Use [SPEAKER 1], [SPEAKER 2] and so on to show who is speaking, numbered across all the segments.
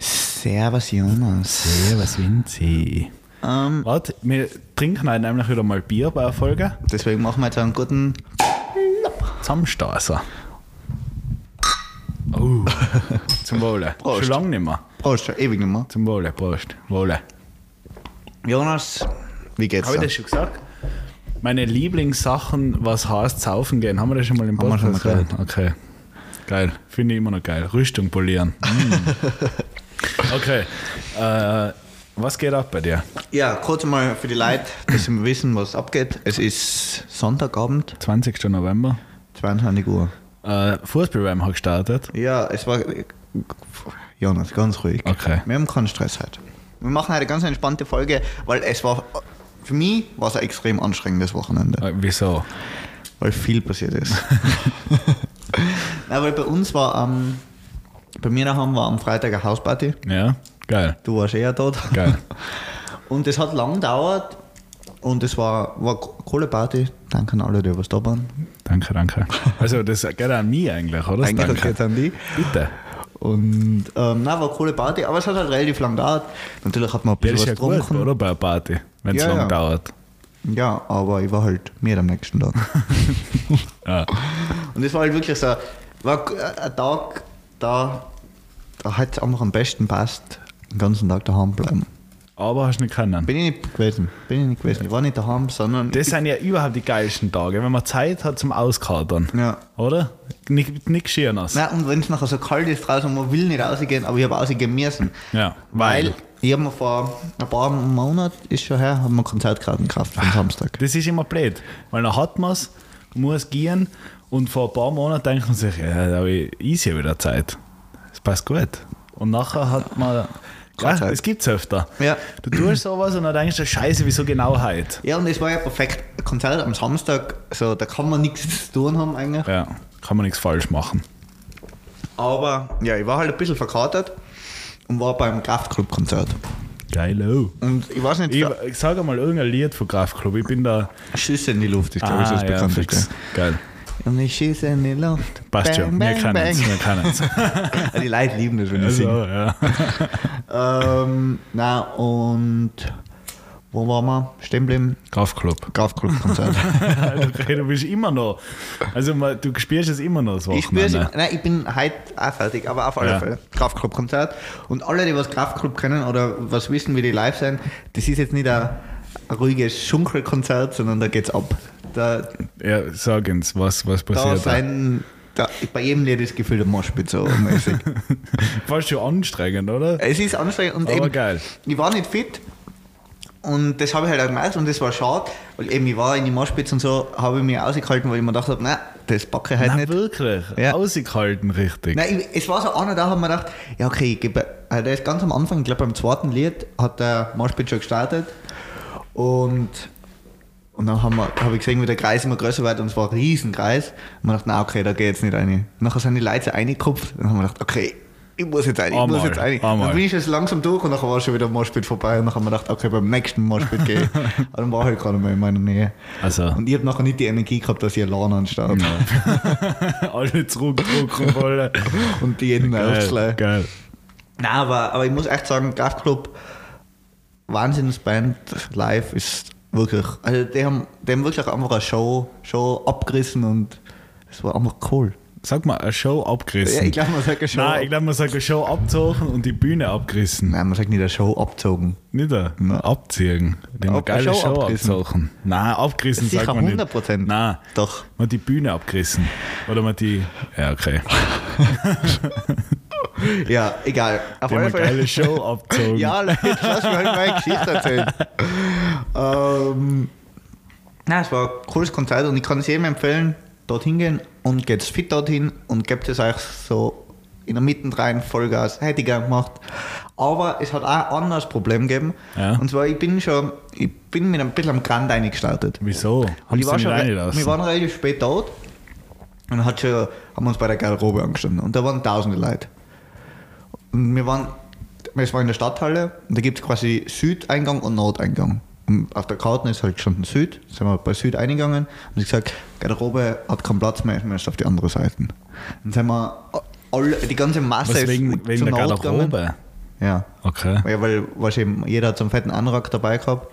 [SPEAKER 1] Servus Jonas.
[SPEAKER 2] Servus Vinci.
[SPEAKER 1] Ähm,
[SPEAKER 2] Warte, wir trinken heute nämlich wieder mal Bier bei der Folge.
[SPEAKER 1] deswegen machen wir jetzt einen guten.
[SPEAKER 2] Zusammenstoßen. also. Oh, zum Wohle.
[SPEAKER 1] Prost.
[SPEAKER 2] Schon lange nicht mehr.
[SPEAKER 1] Prost, schon ewig nicht mehr.
[SPEAKER 2] Zum Wohle, Prost. Wohle.
[SPEAKER 1] Jonas, wie geht's
[SPEAKER 2] Habe ich
[SPEAKER 1] dir?
[SPEAKER 2] das schon gesagt? Meine Lieblingssachen, was heißt saufen gehen, haben wir das schon mal im
[SPEAKER 1] Haben wir schon
[SPEAKER 2] Podcast
[SPEAKER 1] mal
[SPEAKER 2] geredet? Okay. Geil. Finde ich immer noch geil. Rüstung polieren. Mm. Okay. Äh, was geht ab bei dir?
[SPEAKER 1] Ja, kurz mal für die Leute, dass sie wissen, was abgeht. Es ist Sonntagabend,
[SPEAKER 2] 20. November.
[SPEAKER 1] 22 Uhr.
[SPEAKER 2] Äh, Fußballwärme hat gestartet.
[SPEAKER 1] Ja, es war. Jonas, ganz ruhig.
[SPEAKER 2] Okay.
[SPEAKER 1] Wir haben keinen Stress heute. Wir machen heute eine ganz entspannte Folge, weil es war. Für mich war es ein extrem anstrengendes Wochenende.
[SPEAKER 2] Äh, wieso?
[SPEAKER 1] Weil viel passiert ist. Nein, weil bei uns war am. Bei mir daheim war am Freitag eine Hausparty.
[SPEAKER 2] Ja, geil.
[SPEAKER 1] Du warst eher dort.
[SPEAKER 2] Geil.
[SPEAKER 1] Und es hat lang gedauert und es war, war eine coole Party. Danke an alle, die was da waren.
[SPEAKER 2] Danke, danke. Also das geht an mich eigentlich, oder? Das
[SPEAKER 1] Eigentlich
[SPEAKER 2] danke.
[SPEAKER 1] geht's an die.
[SPEAKER 2] Bitte.
[SPEAKER 1] Und ähm, nein, war eine coole Party, aber es hat halt relativ lang gedauert. Natürlich hat man ein
[SPEAKER 2] Ja,
[SPEAKER 1] bisschen
[SPEAKER 2] das ist
[SPEAKER 1] was
[SPEAKER 2] ja gut,
[SPEAKER 1] getrunken.
[SPEAKER 2] oder? Bei einer Party, wenn es
[SPEAKER 1] Ja,
[SPEAKER 2] lang
[SPEAKER 1] ja.
[SPEAKER 2] dauert.
[SPEAKER 1] Ja, aber ich war halt mehr am nächsten Tag.
[SPEAKER 2] Ja.
[SPEAKER 1] Und es war halt wirklich so, war äh, ein Tag, da, da hat es einfach am besten passt, den ganzen Tag daheim bleiben.
[SPEAKER 2] Aber hast du nicht können.
[SPEAKER 1] Bin ich nicht gewesen, bin ich nicht gewesen. Ich war nicht daheim, sondern
[SPEAKER 2] Das sind ja überhaupt die geilsten Tage, wenn man Zeit hat zum Auskatern.
[SPEAKER 1] Ja.
[SPEAKER 2] Oder? Nicht, nicht Schiernas.
[SPEAKER 1] Nein, und wenn es nachher so kalt ist draußen, man will nicht rausgehen, aber ich habe rausgehen müssen.
[SPEAKER 2] Ja,
[SPEAKER 1] Weil,
[SPEAKER 2] weil.
[SPEAKER 1] ich habe mir vor ein paar Monaten, ist schon her, haben wir Konzertkarten gekauft
[SPEAKER 2] Ah.
[SPEAKER 1] für den Samstag.
[SPEAKER 2] Das ist immer blöd, weil dann hat man es, muss gehen und vor ein paar Monaten denkt man sich, ja, da habe ich easy wieder Zeit. Das passt gut. Und nachher hat man. Ja,
[SPEAKER 1] Zeit.
[SPEAKER 2] das gibt es öfter.
[SPEAKER 1] Ja.
[SPEAKER 2] Du tust sowas und dann denkst du, Scheiße, wieso genau heute?
[SPEAKER 1] Ja, und es war ja perfekt. Ein Konzert am Samstag, so, da kann man nichts zu tun haben eigentlich.
[SPEAKER 2] Ja, kann man nichts falsch machen.
[SPEAKER 1] Aber ja, ich war halt ein bisschen verkatert und war beim Kraftclub-Konzert.
[SPEAKER 2] Geil, oh.
[SPEAKER 1] Und ich weiß nicht,
[SPEAKER 2] Ich,
[SPEAKER 1] da-
[SPEAKER 2] ich sage mal irgendein Lied von Kraftklub. Ich bin da. Ah,
[SPEAKER 1] Schüsse in die Luft ist, glaube ich, das
[SPEAKER 2] ja,
[SPEAKER 1] bekannteste.
[SPEAKER 2] fix. Geil.
[SPEAKER 1] und ich schieße in die Luft.
[SPEAKER 2] Passt schon. Wir können es. Wir
[SPEAKER 1] bang.
[SPEAKER 2] können es.
[SPEAKER 1] Die Leute lieben das, wenn ich
[SPEAKER 2] Also,
[SPEAKER 1] singe.
[SPEAKER 2] ja.
[SPEAKER 1] Ähm, na und wo waren wir? Stehen geblieben?
[SPEAKER 2] Kraftklub.
[SPEAKER 1] Kraftclub-Konzert.
[SPEAKER 2] Okay, du bist immer noch. Also, man- du spielst es immer noch das
[SPEAKER 1] ich spüre
[SPEAKER 2] Wochenende.
[SPEAKER 1] es. immer- Nein, ich bin heute auch fertig, aber auf alle
[SPEAKER 2] Ja.
[SPEAKER 1] Fälle. Kraftclub-Konzert. Und alle, die was Kraftclub kennen oder was wissen, wie die live sein, das ist jetzt nicht ein ein ruhiges Schunkelkonzert, sondern da geht's ab. Da,
[SPEAKER 2] Ja, sag uns, was, was
[SPEAKER 1] da
[SPEAKER 2] passiert da?
[SPEAKER 1] sein. Da, bei jedem Lied ist gefühlt ein Moshpit so mäßig.
[SPEAKER 2] Fast schon anstrengend, oder?
[SPEAKER 1] es ist anstrengend und
[SPEAKER 2] Aber
[SPEAKER 1] eben,
[SPEAKER 2] geil.
[SPEAKER 1] ich war nicht fit und das habe ich halt auch gemerkt und das war schade, weil eben ich war in die Moschpitze und so, habe ich mich ausgehalten, weil ich mir gedacht habe, nein, das packe ich halt
[SPEAKER 2] Nein,
[SPEAKER 1] nicht.
[SPEAKER 2] wirklich.
[SPEAKER 1] Ja.
[SPEAKER 2] Ausgehalten richtig.
[SPEAKER 1] Nein, ich, es war so einer, da habe ich mir gedacht, ja okay, ich gebe, äh, der ist ganz am Anfang, ich glaube beim zweiten Lied hat der Moshpit schon gestartet und, und dann haben wir- habe ich gesehen, wie der Kreis immer größer wird und es war ein Riesenkreis. Und man dachte, na okay, da geht jetzt nicht rein. Nachher sind die Leute so reingekupft und dann haben wir gedacht, okay, ich muss jetzt rein, ich muss
[SPEAKER 2] Einmal,
[SPEAKER 1] jetzt rein.
[SPEAKER 2] einmal.
[SPEAKER 1] Dann bin ich jetzt langsam durch und nachher war schon wieder ein Moshpit vorbei und dann haben wir gedacht, okay, beim nächsten Moshpit gehe ich. Aber dann war halt gerade mal in meiner Nähe.
[SPEAKER 2] Also,
[SPEAKER 1] Und ich habe nachher nicht die Energie gehabt, dass ich allein anstand
[SPEAKER 2] alle zurückdrucken wollen.
[SPEAKER 1] und die jeden
[SPEAKER 2] Geil,
[SPEAKER 1] aufschlei.
[SPEAKER 2] geil.
[SPEAKER 1] Nein, aber, aber ich muss echt sagen, Kraftclub, Wahnsinnsband, live ist wirklich, also die haben, die haben wirklich einfach eine Show, Show abgerissen und es war einfach cool.
[SPEAKER 2] Sag mal, eine Show abgerissen.
[SPEAKER 1] Ja, ich glaube, man sagt eine Show.
[SPEAKER 2] Nein, ich
[SPEAKER 1] ab-
[SPEAKER 2] glaube, man sagt eine Show abzogen und die Bühne abgerissen.
[SPEAKER 1] Nein, man sagt nicht eine Show abzogen.
[SPEAKER 2] Nieder. Abziehen. Die haben eine
[SPEAKER 1] Ab-
[SPEAKER 2] geile
[SPEAKER 1] eine Show
[SPEAKER 2] Show,
[SPEAKER 1] abgerissen.
[SPEAKER 2] abzogen. Nein, abgerissen
[SPEAKER 1] Sicher
[SPEAKER 2] sagt man nicht.
[SPEAKER 1] 100%.
[SPEAKER 2] Nein.
[SPEAKER 1] Doch.
[SPEAKER 2] Man hat die Bühne abgerissen. Oder man hat die. Ja, okay.
[SPEAKER 1] Ja, egal. Auf
[SPEAKER 2] Die haben
[SPEAKER 1] alle
[SPEAKER 2] eine
[SPEAKER 1] Fälle.
[SPEAKER 2] geile Show abzogen.
[SPEAKER 1] Ja, Leute, jetzt lass mich halt meine Geschichte erzählen. ähm, nein, es war ein cooles Konzert und ich kann es jedem empfehlen, dorthin gehen und geht fit dorthin und gebt es euch so in der Mitte rein Vollgas, hätte ich gern gemacht. Aber es hat auch ein anderes Problem gegeben.
[SPEAKER 2] Ja.
[SPEAKER 1] Und zwar, ich bin schon, ich bin mit ein bisschen am Grand eingestartet.
[SPEAKER 2] Wieso? Haben
[SPEAKER 1] Ich
[SPEAKER 2] sie
[SPEAKER 1] war
[SPEAKER 2] nicht
[SPEAKER 1] schon, wir
[SPEAKER 2] reingelassen?
[SPEAKER 1] waren relativ spät dort und hat schon, haben uns bei der Garderobe angestanden. Und da waren tausende Leute. Und wir waren, es war in der Stadthalle und da gibt es quasi Südeingang und Nordeingang. Und auf der Karte ist halt gestanden Süd, sind wir bei Süd eingegangen und ich gesagt, Garderobe hat keinen Platz mehr, ich möchte auf die andere Seite. Dann sind wir, alle, die ganze Masse
[SPEAKER 2] Was wegen,
[SPEAKER 1] zur
[SPEAKER 2] wegen der
[SPEAKER 1] Nord gegangen.
[SPEAKER 2] Garderobe?
[SPEAKER 1] Ja.
[SPEAKER 2] Okay.
[SPEAKER 1] ja weil wahrscheinlich jeder hat so einen fetten Anorak dabei gehabt.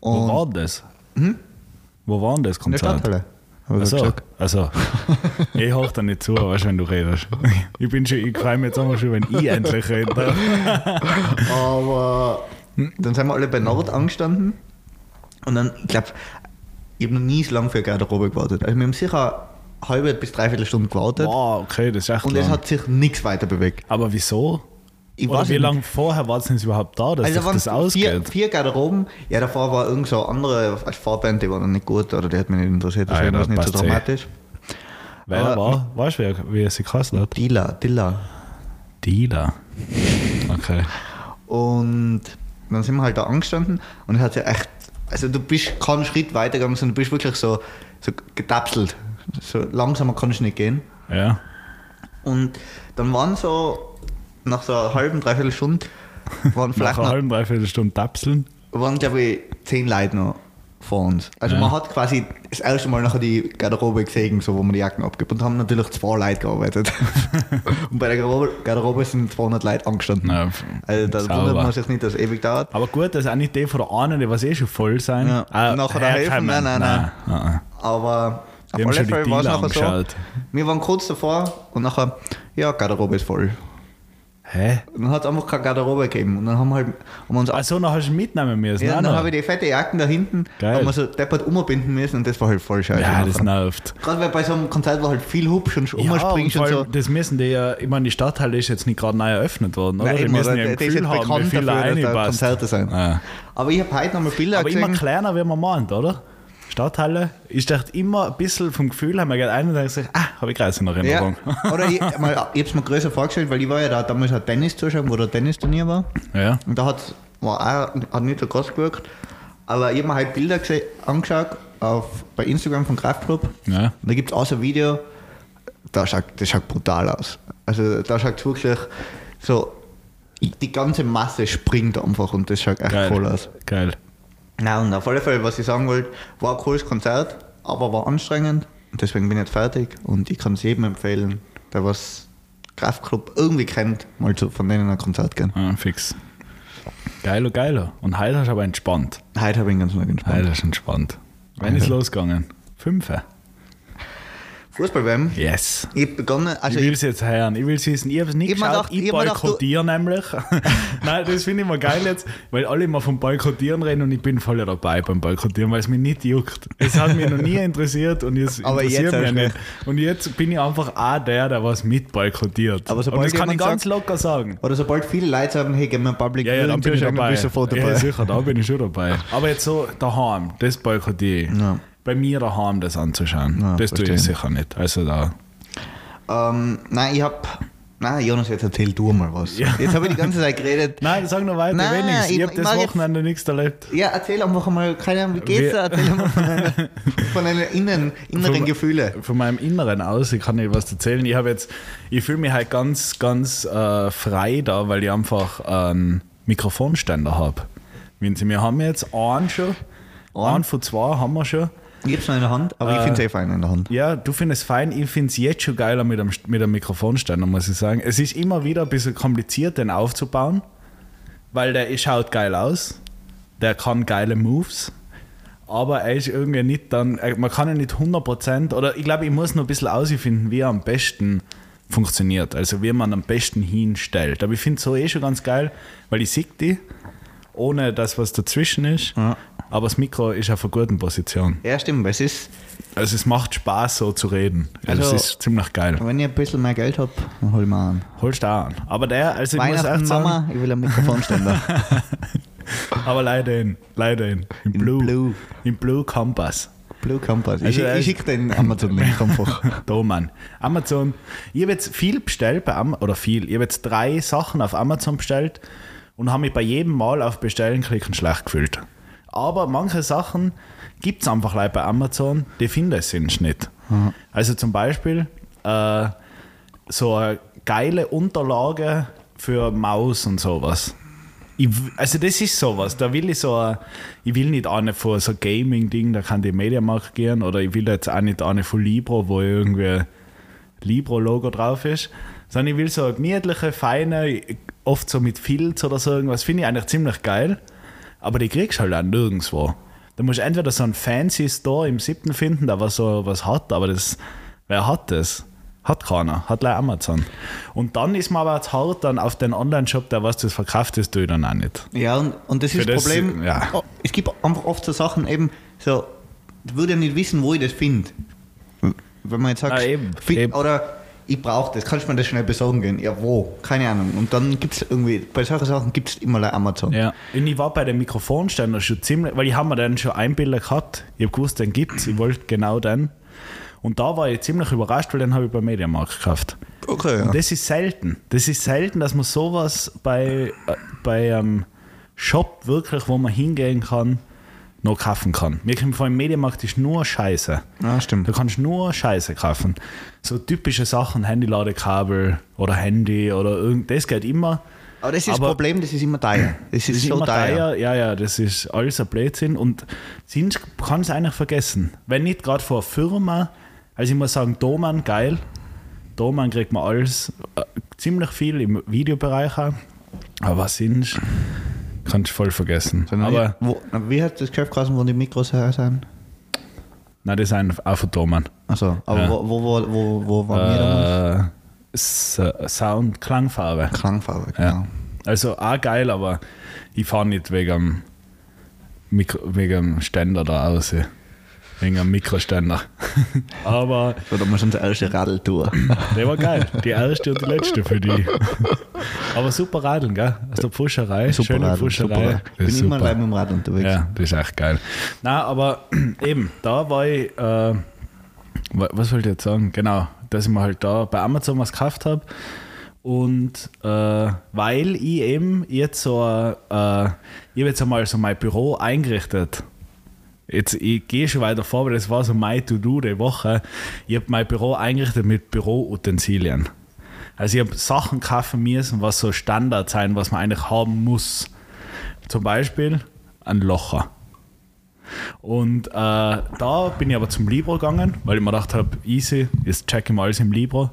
[SPEAKER 2] Wo
[SPEAKER 1] Und
[SPEAKER 2] war denn das?
[SPEAKER 1] Hm?
[SPEAKER 2] Wo war denn das
[SPEAKER 1] in der
[SPEAKER 2] Konzert?
[SPEAKER 1] Stadthalle. hab ich
[SPEAKER 2] Also,
[SPEAKER 1] gesagt.
[SPEAKER 2] also, ich höre da nicht zu, weißt du, wenn du redest. Ich bin schon, ich freue mich jetzt einmal schon, wenn ich endlich rede. darf.
[SPEAKER 1] Aber dann sind wir alle bei Nord angestanden und dann, ich glaube, ich habe noch nie so lange für eine Garderobe gewartet. Also wir haben sicher eine halbe bis dreiviertel Stunde gewartet
[SPEAKER 2] Wow, okay, das ist echt
[SPEAKER 1] und es
[SPEAKER 2] lang.
[SPEAKER 1] hat sich nichts weiter bewegt.
[SPEAKER 2] Aber wieso?
[SPEAKER 1] Ich
[SPEAKER 2] Oder
[SPEAKER 1] weiß
[SPEAKER 2] wie
[SPEAKER 1] nicht.
[SPEAKER 2] lange vorher war es denn überhaupt da, dass
[SPEAKER 1] Also
[SPEAKER 2] sich das
[SPEAKER 1] waren vier,
[SPEAKER 2] ausgeht?
[SPEAKER 1] vier Garderoben, ja davor war irgend so eine andere als Vorband, die war dann nicht gut oder die hat mich nicht interessiert,
[SPEAKER 2] Ah ja,
[SPEAKER 1] deswegen war es
[SPEAKER 2] dann
[SPEAKER 1] nicht so
[SPEAKER 2] passt eh.
[SPEAKER 1] dramatisch.
[SPEAKER 2] Wer
[SPEAKER 1] aber-
[SPEAKER 2] war? Weißt du, wer- wie sie geheißen hat?
[SPEAKER 1] Dilla, Dilla.
[SPEAKER 2] Dealer. Okay.
[SPEAKER 1] Und dann sind wir halt da angestanden und es hat ja echt, also du bist keinen Schritt weitergegangen, sondern du bist wirklich so, so getapselt. So langsamer kannst du nicht gehen.
[SPEAKER 2] Ja.
[SPEAKER 1] Und dann waren so, nach so einer halben, dreiviertel Stunde, waren
[SPEAKER 2] Nach
[SPEAKER 1] vielleicht
[SPEAKER 2] einer
[SPEAKER 1] noch,
[SPEAKER 2] halben, dreiviertel Stunde tapseln.
[SPEAKER 1] waren glaube ich zehn Leute noch vor uns. Also
[SPEAKER 2] Ja.
[SPEAKER 1] man hat quasi das erste Mal nachher die Garderobe gesehen, so, wo man die Jacken abgibt. Und haben natürlich zwei Leute gearbeitet. und bei der Garderobe, Garderobe sind 200 Leute angestanden.
[SPEAKER 2] Na,
[SPEAKER 1] Also da
[SPEAKER 2] sauber.
[SPEAKER 1] wundert man sich nicht, dass es ewig dauert.
[SPEAKER 2] Aber gut, dass auch nicht die von der einen, die was eh schon voll sein.
[SPEAKER 1] Ja.
[SPEAKER 2] äh,
[SPEAKER 1] Nachher helfen? Nein,
[SPEAKER 2] herkommen.
[SPEAKER 1] nein, nein.
[SPEAKER 2] nein. Ah,
[SPEAKER 1] Aber auf
[SPEAKER 2] Wir haben
[SPEAKER 1] alle
[SPEAKER 2] schon die
[SPEAKER 1] Fälle war es
[SPEAKER 2] Dealer
[SPEAKER 1] nachher
[SPEAKER 2] angeschaut.
[SPEAKER 1] so. Wir waren kurz davor und nachher, ja, Garderobe ist voll.
[SPEAKER 2] ah. Hä?
[SPEAKER 1] Und Dann hat es einfach keine Garderobe gegeben. Und dann haben wir, halt, haben wir uns
[SPEAKER 2] Achso, dann hast du ihn mitnehmen müssen.
[SPEAKER 1] ja,
[SPEAKER 2] Ah, nein,
[SPEAKER 1] dann
[SPEAKER 2] nein.
[SPEAKER 1] habe ich die fette Jacken da hinten,
[SPEAKER 2] Geil.
[SPEAKER 1] haben wir so deppert umbinden müssen und das war halt voll scheiße.
[SPEAKER 2] ja,
[SPEAKER 1] nachher.
[SPEAKER 2] das nervt.
[SPEAKER 1] Gerade weil bei so einem Konzert war halt viel hübsch und
[SPEAKER 2] Ja, und
[SPEAKER 1] umspringst
[SPEAKER 2] vor
[SPEAKER 1] und
[SPEAKER 2] allem,
[SPEAKER 1] so.
[SPEAKER 2] das müssen die ja, ich meine, die Stadthalle ist jetzt nicht gerade neu eröffnet worden, oder?
[SPEAKER 1] Nein,
[SPEAKER 2] die
[SPEAKER 1] eben,
[SPEAKER 2] müssen
[SPEAKER 1] oder?
[SPEAKER 2] ja ein
[SPEAKER 1] Die ist
[SPEAKER 2] Gefühl
[SPEAKER 1] jetzt
[SPEAKER 2] haben, wie
[SPEAKER 1] bekannt
[SPEAKER 2] viele
[SPEAKER 1] dafür, dass da
[SPEAKER 2] reinpasst.
[SPEAKER 1] Konzerte sind.
[SPEAKER 2] Ah.
[SPEAKER 1] Aber ich habe heute nochmal Bilder
[SPEAKER 2] Aber immer
[SPEAKER 1] gesehen.
[SPEAKER 2] kleiner, wie man meint, oder? Stadthalle ist echt immer ein bisschen vom Gefühl, haben wir gerade einen und dann gesagt, ah, habe ich gerade in
[SPEAKER 1] ja.
[SPEAKER 2] Erinnerung.
[SPEAKER 1] Oder ich, mal, ich habe es mir größer vorgestellt, weil ich war ja da damals ein Tennis zuschauen, wo der Tennisturnier war.
[SPEAKER 2] Ja. ja.
[SPEAKER 1] Und da hat's, war auch, hat nicht so krass gewirkt. Aber ich habe mir halt Bilder gese- angeschaut auf, bei Instagram vom Kraftclub.
[SPEAKER 2] Ja.
[SPEAKER 1] Und da gibt es auch so ein Video, da schaut, das schaut brutal aus. Also da schaut wirklich so, die ganze Masse springt einfach und das schaut echt
[SPEAKER 2] Geil.
[SPEAKER 1] cool aus.
[SPEAKER 2] Geil.
[SPEAKER 1] Nein, und auf alle Fälle, was ich sagen wollte, war ein cooles Konzert, aber war anstrengend. Und deswegen bin ich nicht fertig und ich kann es jedem empfehlen, der was Kraftclub irgendwie kennt, mal zu, von denen ein Konzert gehen.
[SPEAKER 2] Ah, fix. Geiler, geiler. Und heute hast du aber entspannt.
[SPEAKER 1] Heute habe ich ihn ganz neu entspannt.
[SPEAKER 2] Heute ist entspannt. Wann ist
[SPEAKER 1] Heute.
[SPEAKER 2] losgegangen? Fünfe.
[SPEAKER 1] Fußball-WM.
[SPEAKER 2] Yes.
[SPEAKER 1] Ich hab begonnen, also
[SPEAKER 2] ich will
[SPEAKER 1] ich,
[SPEAKER 2] es jetzt hören, ich will es wissen. Ich habe es nicht
[SPEAKER 1] Ich hab mir gedacht-
[SPEAKER 2] geschaut, ich
[SPEAKER 1] ich hab mir gedacht, du-
[SPEAKER 2] boykottiere nämlich. Nein, das finde ich mal geil jetzt, weil alle immer vom Boykottieren reden und ich bin voll dabei beim Boykottieren, weil es mich nicht juckt. Es hat mich noch nie interessiert und es
[SPEAKER 1] Aber
[SPEAKER 2] interessiert
[SPEAKER 1] jetzt
[SPEAKER 2] mich
[SPEAKER 1] erst
[SPEAKER 2] nicht. Und jetzt bin ich einfach auch der, der was mit boykottiert.
[SPEAKER 1] Aber sobald
[SPEAKER 2] und das kann ich
[SPEAKER 1] jemand
[SPEAKER 2] ganz
[SPEAKER 1] sagt-
[SPEAKER 2] locker sagen.
[SPEAKER 1] oder sobald viele Leute sagen, hey, gehen wir in Public
[SPEAKER 2] Ja, ja, da
[SPEAKER 1] Viewing
[SPEAKER 2] bin ich
[SPEAKER 1] zuschauen, dann
[SPEAKER 2] dabei.
[SPEAKER 1] bist du sofort dabei.
[SPEAKER 2] Ja, sicher, da bin ich schon dabei. Aber jetzt so daheim, das boykottiere ich.
[SPEAKER 1] Ja.
[SPEAKER 2] Bei mir daheim das anzuschauen,
[SPEAKER 1] Ja,
[SPEAKER 2] das tue ich
[SPEAKER 1] verstehe.
[SPEAKER 2] sicher nicht. Also da.
[SPEAKER 1] Ähm, nein, ich hab, nein, Jonas, jetzt erzähl du mal was.
[SPEAKER 2] Ja.
[SPEAKER 1] Jetzt habe ich die ganze Zeit geredet.
[SPEAKER 2] Nein, sag noch weiter,
[SPEAKER 1] Nein,
[SPEAKER 2] wenigstens. Ich,
[SPEAKER 1] ich-
[SPEAKER 2] habe
[SPEAKER 1] ich
[SPEAKER 2] das
[SPEAKER 1] mag jetzt-
[SPEAKER 2] Wochenende nichts erlebt.
[SPEAKER 1] Ja, erzähl einfach mal, keine Ahnung, wie geht's
[SPEAKER 2] Wir-
[SPEAKER 1] dir? Erzähl einfach von deinen, von deinen inneren, inneren
[SPEAKER 2] Von-
[SPEAKER 1] Gefühlen.
[SPEAKER 2] Von meinem Inneren aus, ich kann dir was erzählen. Ich habe jetzt, ich fühle mich halt ganz, ganz äh, frei da, weil ich einfach einen Mikrofonständer habe. Winzi, wir haben jetzt einen schon. Einen von zwei haben wir schon.
[SPEAKER 1] Ich hab's noch in der Hand, aber ich
[SPEAKER 2] Äh.
[SPEAKER 1] finde es eh fein in der Hand.
[SPEAKER 2] Ja, du findest es fein. Ich finde es jetzt schon geiler mit einem, mit einem Mikrofonständer, muss ich sagen. Es ist immer wieder ein bisschen kompliziert, den aufzubauen, weil der schaut geil aus. Der kann geile Moves. Aber er ist irgendwie nicht dann, er- man kann ihn nicht 100% oder ich glaube, ich muss noch ein bisschen ausfinden, wie er am besten funktioniert. Also wie man am besten hinstellt. Aber ich finde es so eh schon ganz geil, weil ich sehe die, ohne dass was dazwischen ist.
[SPEAKER 1] Ja.
[SPEAKER 2] Aber das Mikro ist auf einer guten Position.
[SPEAKER 1] Ja, stimmt, es ist,
[SPEAKER 2] Also es macht Spaß, so zu reden. Also,
[SPEAKER 1] Also-
[SPEAKER 2] es ist ziemlich geil.
[SPEAKER 1] wenn ich ein bisschen mehr Geld hab, dann hol ich mir an.
[SPEAKER 2] Holst du auch an. Aber der, also ich muss
[SPEAKER 1] Weihnachten,
[SPEAKER 2] echt sagen,
[SPEAKER 1] Mama, ich will einen Mikrofonständer.
[SPEAKER 2] aber leider in, leider in. Im
[SPEAKER 1] In
[SPEAKER 2] Blue.
[SPEAKER 1] Blue.
[SPEAKER 2] Im Blue Compass.
[SPEAKER 1] Blue Compass. Ich,
[SPEAKER 2] Also,
[SPEAKER 1] schick-
[SPEAKER 2] äh,
[SPEAKER 1] ich schicke den Amazon-Link einfach.
[SPEAKER 2] Da, Mann. Amazon. Ich habe jetzt viel bestellt bei Amazon, oder viel. Ich habe jetzt drei Sachen auf Amazon bestellt und habe mich bei jedem Mal auf Bestellen klicken schlecht gefühlt. Aber manche Sachen gibt es einfach leider bei Amazon, die finden es sonst nicht. Also zum Beispiel äh, so eine geile Unterlage für Maus und sowas. Ich, w- also das ist sowas, da will ich so, ein- ich will nicht eine von so Gaming-Ding, da kann die Mediamarkt gehen, oder ich will jetzt auch nicht eine von Libro, wo irgendwie Libro-Logo drauf ist, sondern ich will so eine gemütliche, feine, oft so mit Filz oder so irgendwas, finde ich eigentlich ziemlich geil. Aber die kriegst du halt auch nirgendwo. Da musst du entweder so einen fancy Store im siebten finden, der was so was hat, aber das, wer hat das? Hat keiner, hat leider Amazon. Und dann ist man aber zu hart dann auf den Online-Shop, der was das verkauft, das tue ich dann auch nicht.
[SPEAKER 1] Ja, und, und das
[SPEAKER 2] Für
[SPEAKER 1] ist das
[SPEAKER 2] das,
[SPEAKER 1] Problem.
[SPEAKER 2] ja.
[SPEAKER 1] Oh, Es gibt einfach oft so Sachen, eben so, ich würde ja nicht wissen, wo ich das finde. Wenn man jetzt sagt,
[SPEAKER 2] Ah, eben,
[SPEAKER 1] fi-
[SPEAKER 2] eben.
[SPEAKER 1] oder ich brauche das, kannst du mir das schnell besorgen gehen? Ja, wo? Keine Ahnung. Und dann gibt es irgendwie, bei solchen Sachen gibt es immer leider Amazon.
[SPEAKER 2] Ja. Und ich war bei dem Mikrofonständer schon ziemlich, weil ich habe mir dann schon einen Bilder gehabt. Ich habe gewusst, den gibt's. Ich wollte genau den. Und da war ich ziemlich überrascht, weil den habe ich beim Mediamarkt gekauft.
[SPEAKER 1] Okay, ja.
[SPEAKER 2] Und das ist selten. Das ist selten, dass man sowas bei, äh, bei einem Shop wirklich, wo man hingehen kann, noch kaufen kann. Mir kommt vor, im Mediamarkt ist nur Scheiße.
[SPEAKER 1] Ah, stimmt.
[SPEAKER 2] Da kannst du nur Scheiße kaufen. So typische Sachen, Handyladekabel oder Handy oder irgend, das geht immer.
[SPEAKER 1] Aber das ist das
[SPEAKER 2] Aber-
[SPEAKER 1] Problem, das ist immer teuer. Das ist,
[SPEAKER 2] Das ist
[SPEAKER 1] so
[SPEAKER 2] immer
[SPEAKER 1] teuer.
[SPEAKER 2] teuer. Ja, ja, das ist alles ein Blödsinn. Und sind kann es eigentlich vergessen. Wenn nicht gerade vor einer Firma, also ich muss sagen, Doman, geil. Doman kriegt man alles, äh, ziemlich viel im Videobereich auch. Aber sonst kannst du voll vergessen.
[SPEAKER 1] Sondern
[SPEAKER 2] Aber
[SPEAKER 1] ich- wo, na, wie hat das Geschäft geheißen, wo die Mikros her sind?
[SPEAKER 2] nein, das sind auch von Doman.
[SPEAKER 1] Also, aber
[SPEAKER 2] Ja.
[SPEAKER 1] wo, wo, wo, wo, wo waren wir damals?
[SPEAKER 2] Äh, S- Sound, Klangfarbe.
[SPEAKER 1] Klangfarbe,
[SPEAKER 2] Ja.
[SPEAKER 1] genau.
[SPEAKER 2] Also auch geil, aber ich fahre nicht wegen dem, Mikro, wegen dem Ständer da raus. Wegen dem Mikroständer. aber
[SPEAKER 1] So, da muss unsere erste Radeltour.
[SPEAKER 2] der war geil. Die erste und die letzte für die. aber super Radeln, gell? Aus der Pfuscherei.
[SPEAKER 1] Super
[SPEAKER 2] schöne
[SPEAKER 1] Radl, super
[SPEAKER 2] Pfuscherei.
[SPEAKER 1] Radl. Ich bin immer allein mit dem Rad unterwegs.
[SPEAKER 2] Ja, das ist echt geil. Na, aber eben, da war ich, äh, wa- was wollte ich jetzt sagen? Genau, dass ich mir halt da bei Amazon was gekauft habe. Und äh, weil ich eben jetzt so, äh, ich habe jetzt einmal so mein Büro eingerichtet. Jetzt, ich gehe schon weiter vor, weil das war so mein To-Do der Woche. Ich habe mein Büro eingerichtet mit Büroutensilien. Also ich habe Sachen kaufen müssen, was so Standard sein, was man eigentlich haben muss. Zum Beispiel ein Locher. Und äh, da bin ich aber zum Libro gegangen, weil ich mir gedacht habe, easy, jetzt checken wir alles im Libro.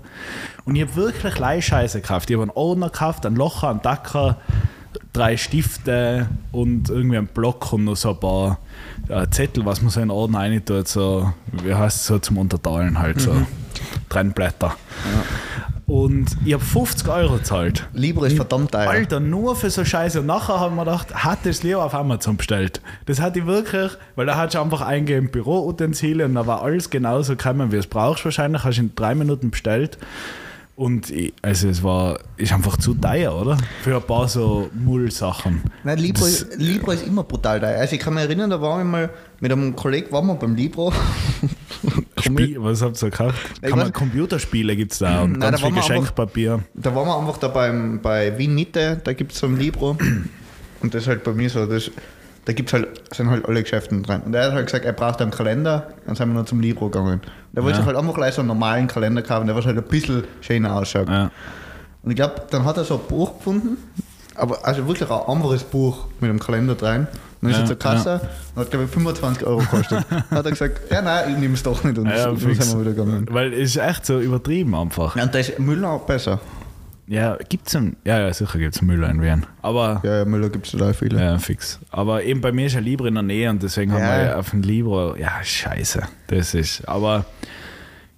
[SPEAKER 2] Und ich habe wirklich Leihscheiße gekauft. Ich habe einen Ordner gekauft, einen Locher, einen Dacker, drei Stifte und irgendwie einen Block und noch so ein paar äh, Zettel, was man so in den Ordner rein tut, so, wie heißt es, so zum Unterteilen halt, so Trennblätter. Und ich habe 50 Euro gezahlt.
[SPEAKER 1] Libro ist verdammt teuer.
[SPEAKER 2] Alter, nur für so Scheiße. Und nachher haben wir gedacht, hat das Leo auf Amazon bestellt. Das hatte ich wirklich, weil da hat schon einfach eingegeben Büroutensilien und da war alles genauso gekommen, wie es brauchst wahrscheinlich. Hast in drei Minuten bestellt. Und ich, also es war, ist einfach zu teuer, oder? Für ein paar so Mullsachen.
[SPEAKER 1] Nein, Libro,
[SPEAKER 2] Das-
[SPEAKER 1] ist- Libro ist immer brutal teuer. Also ich kann mich erinnern, da waren wir mal mit einem Kollegen waren wir beim Libro.
[SPEAKER 2] Spiel, was habt ihr gekauft?
[SPEAKER 1] Ich
[SPEAKER 2] Kann man,
[SPEAKER 1] weiß-
[SPEAKER 2] Computerspiele gibt es da und
[SPEAKER 1] Nein,
[SPEAKER 2] ganz
[SPEAKER 1] da
[SPEAKER 2] viel
[SPEAKER 1] waren wir einfach-
[SPEAKER 2] Geschenkpapier.
[SPEAKER 1] Da waren wir einfach da beim, bei Wien Mitte, da gibt es so ein Libro. Und das ist halt bei mir so, das, da gibt's halt, sind halt alle Geschäfte drin. Und er hat halt gesagt, er braucht einen Kalender, dann sind wir nur zum Libro gegangen. Und er wollte
[SPEAKER 2] Ja.
[SPEAKER 1] sich halt einfach gleich so einen normalen Kalender kaufen, der was halt ein bisschen schöner ausschaut.
[SPEAKER 2] Ja.
[SPEAKER 1] Und ich glaube, dann hat er so ein Buch gefunden, aber also wirklich ein anderes Buch mit einem Kalender drin. Dann ist
[SPEAKER 2] Ja,
[SPEAKER 1] er zur Kasse und hat, glaube ich, 25 Euro gekostet. dann hat er gesagt, ja, nein, ich nehme es doch nicht. Und
[SPEAKER 2] Ja,
[SPEAKER 1] dann
[SPEAKER 2] fix.
[SPEAKER 1] sind wir wieder gegangen.
[SPEAKER 2] Weil es ist echt so übertrieben einfach.
[SPEAKER 1] Ja, und da ist Müller auch besser.
[SPEAKER 2] Ja, gibt's einen? Ja, ja, sicher gibt es Müller in Wien. Aber
[SPEAKER 1] Ja, ja Müller gibt es total viele.
[SPEAKER 2] Ja, fix. Aber eben bei mir ist ein Libro in der Nähe und deswegen
[SPEAKER 1] Ja.
[SPEAKER 2] haben wir auf ein Libro. Ja, scheiße. Das ist. Aber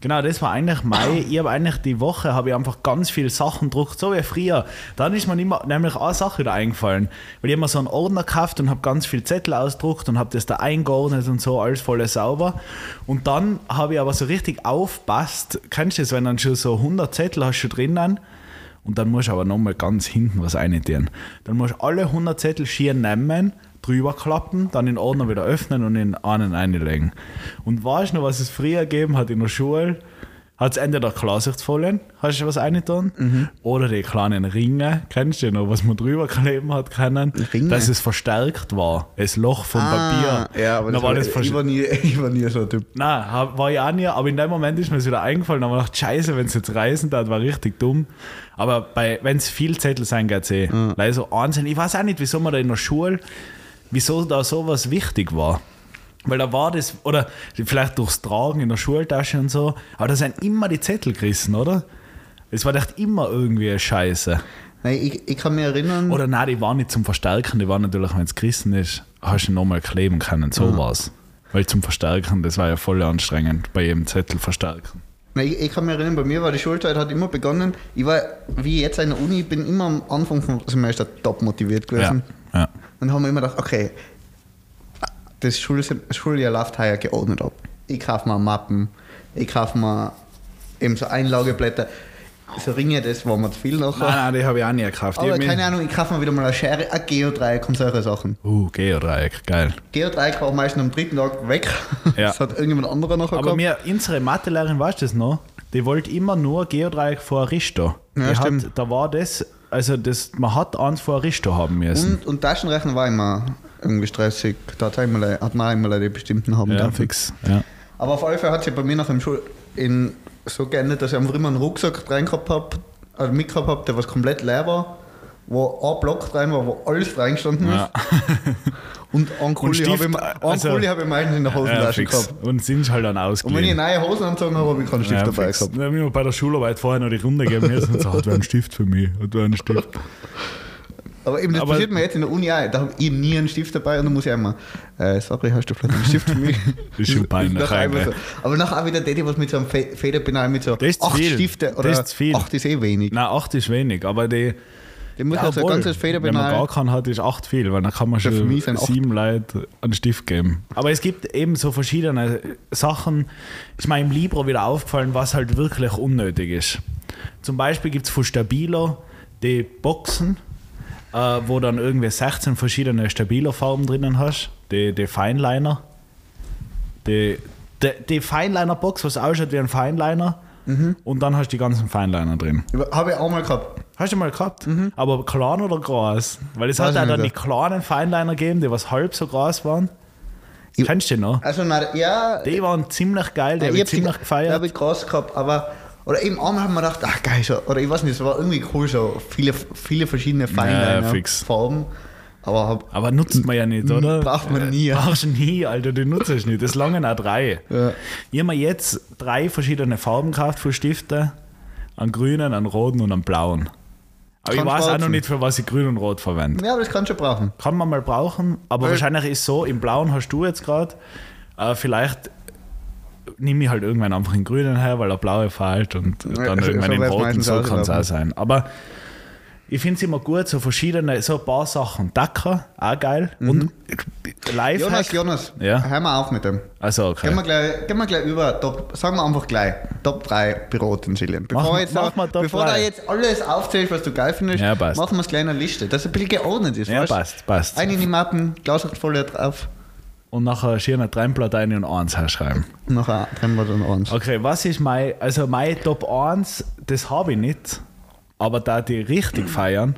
[SPEAKER 2] genau, das war eigentlich Mai. Ich habe eigentlich die Woche habe ich einfach ganz viele Sachen gedruckt, so wie früher. Dann ist mir immer, nämlich eine Sache wieder eingefallen. Weil ich habe mir so einen Ordner gekauft und habe ganz viele Zettel ausgedruckt und habe das da eingeordnet und so, alles voll sauber. Und dann habe ich aber so richtig aufpasst. Kennst du das, wenn dann schon so 100 Zettel hast schon drinnen? Und dann musst du aber nochmal ganz hinten was reintun. Dann musst du alle 100 Zettel schier nehmen, drüber klappen, dann den Ordner wieder öffnen und in einen einlegen. Und weißt du noch, was es früher gegeben hat in der Schule? Hat es entweder Klarsichtfolien, hast du was reingetan,
[SPEAKER 1] Mhm.
[SPEAKER 2] oder die kleinen Ringe, kennst du die noch, was man drüber kleben hat können,
[SPEAKER 1] Ringe?
[SPEAKER 2] dass es verstärkt war, das Loch vom Papier.
[SPEAKER 1] Ah. Ja, aber
[SPEAKER 2] Dann
[SPEAKER 1] das
[SPEAKER 2] war
[SPEAKER 1] war,
[SPEAKER 2] das
[SPEAKER 1] ich,
[SPEAKER 2] verstärkt.
[SPEAKER 1] war nie, ich war nie so ein Typ.
[SPEAKER 2] Nein, hab- war ich auch nie, aber in dem Moment ist mir es wieder eingefallen. Da habe ich gedacht, Scheiße, wenn es jetzt reisen tat, war richtig dumm. Aber wenn es viel Zettel sein geht, eh. Leider so Wahnsinn. Ich weiß auch nicht, wieso man da in der Schule, wieso da sowas wichtig war. Weil da war das, oder vielleicht durchs Tragen in der Schultasche und so, aber da sind immer die Zettel gerissen, oder? Es war echt immer irgendwie eine Scheiße.
[SPEAKER 1] Nein, ich, ich kann mich erinnern.
[SPEAKER 2] Oder nein, die waren nicht zum Verstärken, die waren natürlich, wenn es gerissen ist, hast du ihn nochmal kleben können, so war's. Weil zum Verstärken, das war ja voll anstrengend, bei jedem Zettel verstärken.
[SPEAKER 1] Nein, ich, ich kann mich erinnern, bei mir war die Schulzeit hat immer begonnen. Ich war, wie jetzt an der Uni, bin immer am Anfang vom Semester top motiviert
[SPEAKER 2] Ja,
[SPEAKER 1] gewesen.
[SPEAKER 2] ja.
[SPEAKER 1] Und haben wir immer gedacht, okay, das Schulse- Schuljahr läuft heuer geordnet ab. Ich kaufe mir Mappen, ich kaufe mir eben so Einlageblätter. So Ringe, das war mir zu viel nachher.
[SPEAKER 2] Nein, nein, die habe ich auch nie gekauft. Die
[SPEAKER 1] Aber
[SPEAKER 2] hab ich-
[SPEAKER 1] keine Ahnung, ich kaufe mir wieder mal eine Schere, ein Geodreieck und solche Sachen.
[SPEAKER 2] Uh, Geodreieck, geil.
[SPEAKER 1] Geodreieck war meistens am dritten Tag weg.
[SPEAKER 2] Ja.
[SPEAKER 1] Das hat irgendjemand anderer nachher
[SPEAKER 2] Aber
[SPEAKER 1] gehabt.
[SPEAKER 2] mir, unsere Mathelehrerin, weißt du das noch? Die wollte immer nur Geodreieck vor Aristo.
[SPEAKER 1] Ja,
[SPEAKER 2] die
[SPEAKER 1] stimmt.
[SPEAKER 2] Hat, da war das, also das, man hat eins vor Aristo haben müssen.
[SPEAKER 1] Und, und Taschenrechner war immer irgendwie stressig. Da hat, man immer- hat man immer die bestimmten haben
[SPEAKER 2] ja,
[SPEAKER 1] dürfen.
[SPEAKER 2] fix. Ja.
[SPEAKER 1] Aber auf alle Fälle hat sich bei mir nach dem Schul in so geändert, dass ich einfach immer einen Rucksack rein gehabt habe, also mit gehabt habe, der was komplett leer war, wo ein Block rein war, wo alles reingestanden
[SPEAKER 2] Ja.
[SPEAKER 1] ist. Und einen Kuli
[SPEAKER 2] Stift,
[SPEAKER 1] habe ich, me- einen
[SPEAKER 2] also-
[SPEAKER 1] Kuli habe ich meistens in der Hosentasche
[SPEAKER 2] fix.
[SPEAKER 1] gehabt.
[SPEAKER 2] Und sind halt dann
[SPEAKER 1] Und wenn ich
[SPEAKER 2] ausgeliehen.
[SPEAKER 1] neue Hosen anzogen habe, habe ich keinen Stift
[SPEAKER 2] ja,
[SPEAKER 1] dabei
[SPEAKER 2] fix.
[SPEAKER 1] gehabt.
[SPEAKER 2] Dann haben wir bei der Schularbeit vorher noch die Runde gegeben müssen und so, hat wer einen Stift für mich? Hat wer einen Stift?
[SPEAKER 1] Aber eben, das
[SPEAKER 2] Aber-
[SPEAKER 1] passiert mir jetzt in der Uni auch. Da habe ich nie einen Stift dabei und dann muss ich einmal, äh, sorry, hast du vielleicht einen Stift für mich?
[SPEAKER 2] Ist schon peinlich,
[SPEAKER 1] Nachher einmal
[SPEAKER 2] ey.
[SPEAKER 1] so. Aber nachher auch wieder der, der was mit so einem Fe- Federpenal mit so
[SPEAKER 2] Das ist zu
[SPEAKER 1] acht
[SPEAKER 2] viel.
[SPEAKER 1] Stifte
[SPEAKER 2] Das
[SPEAKER 1] oder
[SPEAKER 2] ist zu viel.
[SPEAKER 1] acht ist eh wenig.
[SPEAKER 2] Nein, acht ist wenig, aber die.
[SPEAKER 1] Der muss halt so ein
[SPEAKER 2] obwohl,
[SPEAKER 1] ganzes
[SPEAKER 2] Wenn man
[SPEAKER 1] Federpenal
[SPEAKER 2] gar keinen hat, ist acht viel, weil dann kann man
[SPEAKER 1] für
[SPEAKER 2] schon
[SPEAKER 1] mich sind acht.
[SPEAKER 2] sieben Leuten einen Stift geben. Aber es gibt eben so verschiedene Sachen. Ist mir im Libro wieder aufgefallen, was halt wirklich unnötig ist. Zum Beispiel gibt es von Stabilo die Boxen, äh, wo dann irgendwie 16 verschiedene Stabilo-Farben drinnen hast, die, die Feinliner. Die, die, die Feinliner-Box, was ausschaut wie ein Feinliner.
[SPEAKER 1] Mhm.
[SPEAKER 2] Und dann hast du die ganzen Feinliner drin.
[SPEAKER 1] Habe ich auch mal gehabt.
[SPEAKER 2] Hast du mal gehabt? Aber klein oder groß? Weil es
[SPEAKER 1] Mhm. Weiß
[SPEAKER 2] hat ja
[SPEAKER 1] ich nicht
[SPEAKER 2] dann die
[SPEAKER 1] mehr.
[SPEAKER 2] kleinen Feinliner gegeben, die was halb so groß waren.
[SPEAKER 1] Ich-
[SPEAKER 2] Kennst du die noch?
[SPEAKER 1] Also, na, ja,
[SPEAKER 2] Die waren ziemlich geil, die habe ich
[SPEAKER 1] hab sie-
[SPEAKER 2] ziemlich
[SPEAKER 1] die hab
[SPEAKER 2] gefeiert.
[SPEAKER 1] ich groß gehabt, aber. Oder eben einmal haben wir gedacht, ach geil, so, oder ich weiß nicht, es war irgendwie cool, so viele, viele verschiedene
[SPEAKER 2] fix.
[SPEAKER 1] Feinliner-Farben. aber hab,
[SPEAKER 2] Aber nutzt man ja
[SPEAKER 1] Mhm,
[SPEAKER 2] nicht, oder?
[SPEAKER 1] braucht man nie.
[SPEAKER 2] Brauchst du nie, Alter, die nutzt du nicht. Das langen auch drei.
[SPEAKER 1] Ja.
[SPEAKER 2] Ich habe mir jetzt drei verschiedene Farben gekauft für Stifte. Einen grünen, einen roten und einen blauen. Aber ich
[SPEAKER 1] Kannst
[SPEAKER 2] weiß auch noch
[SPEAKER 1] brauchen.
[SPEAKER 2] nicht, für was ich grün und rot verwende.
[SPEAKER 1] ja, aber das kannst du schon brauchen.
[SPEAKER 2] Kann man mal brauchen, aber
[SPEAKER 1] Weil-
[SPEAKER 2] wahrscheinlich ist so, im Blauen hast du jetzt gerade, äh, vielleicht nehme ich halt irgendwann einfach den Grünen her, weil der Blaue fällt und dann
[SPEAKER 1] so- so
[SPEAKER 2] irgendwann den
[SPEAKER 1] wär's
[SPEAKER 2] Roten,
[SPEAKER 1] meistens
[SPEAKER 2] so kann es auch
[SPEAKER 1] ausgelaufen.
[SPEAKER 2] sein. Aber ich finde es immer gut, so verschiedene, so ein paar Sachen. Dacker, auch geil. Und
[SPEAKER 1] Mhm. Jonas,
[SPEAKER 2] Lifehack.
[SPEAKER 1] Jonas,
[SPEAKER 2] Ja?
[SPEAKER 1] hör mal auf mit dem. Gehen
[SPEAKER 2] Also okay.
[SPEAKER 1] wir, gleich, gehen wir gleich über, Top, sagen wir einfach gleich, Top 3 Büroutensilien.
[SPEAKER 2] Machen
[SPEAKER 1] Bevor,
[SPEAKER 2] wir-
[SPEAKER 1] jetzt
[SPEAKER 2] machen
[SPEAKER 1] auch-
[SPEAKER 2] wir Top
[SPEAKER 1] bevor
[SPEAKER 2] drei.
[SPEAKER 1] da jetzt alles aufzählst, was du geil findest,
[SPEAKER 2] Ja, passt.
[SPEAKER 1] machen wir es gleich in einer Liste, dass es ein bisschen geordnet ist.
[SPEAKER 2] Ja,
[SPEAKER 1] weißt du?
[SPEAKER 2] passt, passt.
[SPEAKER 1] Ein in die Mappen, Glasrichtfolie drauf,
[SPEAKER 2] Und nachher schier eine Trennblatt ein und eins herschreiben.
[SPEAKER 1] nachher trennen wir dann uns.
[SPEAKER 2] Okay, was ist mein, also mein Top 1, das habe ich nicht, aber da die richtig feiern,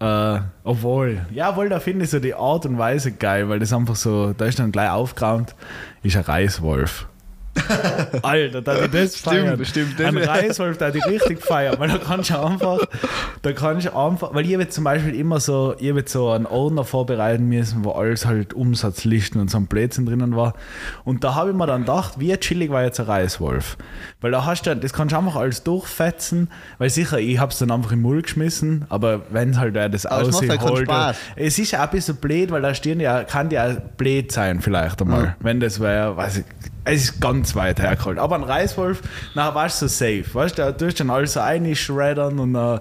[SPEAKER 2] äh, obwohl, jawohl, da finde ich so die Art und Weise geil, weil das einfach so, da ist dann gleich aufgeräumt, ist ein Reiswolf. Alter, da die das
[SPEAKER 1] Stimmt,
[SPEAKER 2] feiern.
[SPEAKER 1] stimmt, das-
[SPEAKER 2] Ein Reiswolf, da die richtig feiern, weil da kannst du einfach, da kannst du einfach, weil ich habe jetzt zum Beispiel immer so, ich habe jetzt so einen Ordner vorbereiten müssen, wo alles halt Umsatzlisten und so ein Blödsinn drinnen war. Und da habe ich mir dann gedacht, wie chillig war jetzt ein Reiswolf. Weil da hast du, das kannst du einfach alles durchfetzen, weil sicher, ich habe es dann einfach im Müll geschmissen, aber wenn halt wer das
[SPEAKER 1] Aber es macht
[SPEAKER 2] aussieht,
[SPEAKER 1] halt keinen
[SPEAKER 2] holt,
[SPEAKER 1] Spaß.
[SPEAKER 2] es ist auch ein bisschen blöd, weil da stehen ja, kann ja auch blöd sein, vielleicht einmal. Wenn das wäre, weiß ich, es ist ganz weit hergeholt. Aber ein Reiswolf, nachher warst du so safe. Weißt du, da tust du dann alles so ein, shreddern und äh,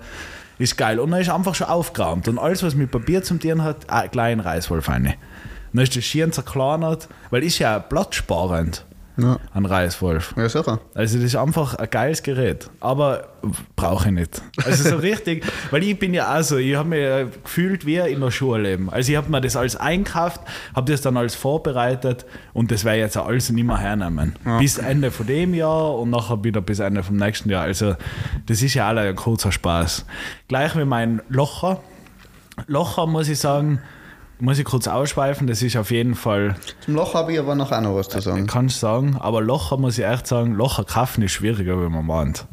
[SPEAKER 2] ist geil. Und dann ist einfach schon aufgeräumt. Und alles, was mit Papier zum Tieren hat, auch gleich ein Reiswolf rein. Dann ist das Schirn zerkleinert, weil ist ja platzsparend,
[SPEAKER 1] Ja.
[SPEAKER 2] ein Reiswolf.
[SPEAKER 1] ja, sicher.
[SPEAKER 2] Also das ist einfach ein geiles Gerät, aber brauche ich nicht. Also so richtig, weil ich bin ja auch so, ich habe mir gefühlt wie in der Schule eben. Also ich habe mir das alles einkauft, habe das dann alles vorbereitet und das werde ich jetzt auch alles nicht mehr hernehmen. Bis Ende von dem Jahr und nachher wieder bis Ende vom nächsten Jahr. Also das ist ja auch ein kurzer Spaß. Gleich wie mein Locher. Locher muss ich sagen, muss ich kurz ausschweifen, das ist auf jeden Fall
[SPEAKER 1] Zum Loch habe ich aber noch auch noch was zu sagen.
[SPEAKER 2] kann ich sagen, aber Locher muss ich echt sagen, Locher kaufen ist schwieriger, wenn man meint.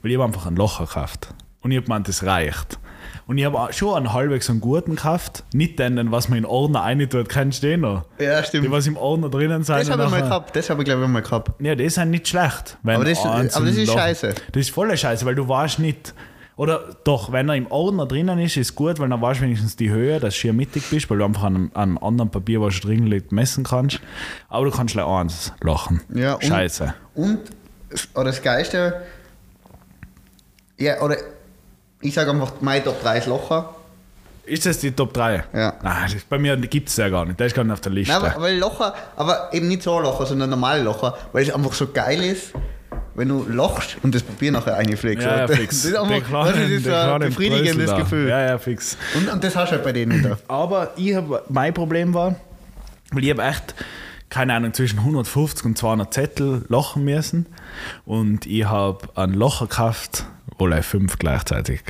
[SPEAKER 2] Weil ich habe einfach einen Locher gekauft. Und ich habe gemeint, das reicht. Und ich habe auch schon einen halbwegs einen guten gekauft. Nicht den, den, was man in Ordner reintut, kennst du den noch?
[SPEAKER 1] Ja,
[SPEAKER 2] Die,
[SPEAKER 1] stimmt.
[SPEAKER 2] was im Ordner drinnen sein
[SPEAKER 1] Das habe ich mal
[SPEAKER 2] nachher-
[SPEAKER 1] gehabt, das habe ich glaube ich mal gehabt.
[SPEAKER 2] ja, die sind nicht schlecht. Wenn
[SPEAKER 1] Aber das-
[SPEAKER 2] eins
[SPEAKER 1] aber das
[SPEAKER 2] im
[SPEAKER 1] ist
[SPEAKER 2] Loch-
[SPEAKER 1] scheiße.
[SPEAKER 2] Das ist voller Scheiße, weil du weißt nicht. Oder doch, wenn er im Ordner drinnen ist, ist gut, weil dann weißt du wenigstens die Höhe, dass du schier mittig bist, weil du einfach an einem, an einem anderen Papier, was schon drin liegt, messen kannst. Aber du kannst gleich eins lachen.
[SPEAKER 1] Ja, und-
[SPEAKER 2] Scheiße.
[SPEAKER 1] Und, oder das Geilste, ja, oder ich sage einfach, mein Top 3 ist Locher.
[SPEAKER 2] Ist das die Top 3?
[SPEAKER 1] Ja.
[SPEAKER 2] Nein, das- bei mir gibt es ja gar nicht. Der ist gar nicht auf der Liste.
[SPEAKER 1] Nein, aber, weil Locher, aber eben nicht so ein Locher, sondern normale Locher, weil es einfach so geil ist, wenn du lachst und das Papier nachher einfliegst.
[SPEAKER 2] ja, ja,
[SPEAKER 1] das
[SPEAKER 2] fix.
[SPEAKER 1] ist einfach das ist so ein befriedigendes
[SPEAKER 2] Brösel da.
[SPEAKER 1] Gefühl.
[SPEAKER 2] Ja, ja, fix.
[SPEAKER 1] Und, und das hast du halt bei denen wieder.
[SPEAKER 2] Aber ich hab, mein Problem war, weil ich habe echt, keine Ahnung, zwischen 150 und 200 Zettel lachen müssen. Und ich habe einen Locher gekauft, wo gleich fünf gleichzeitig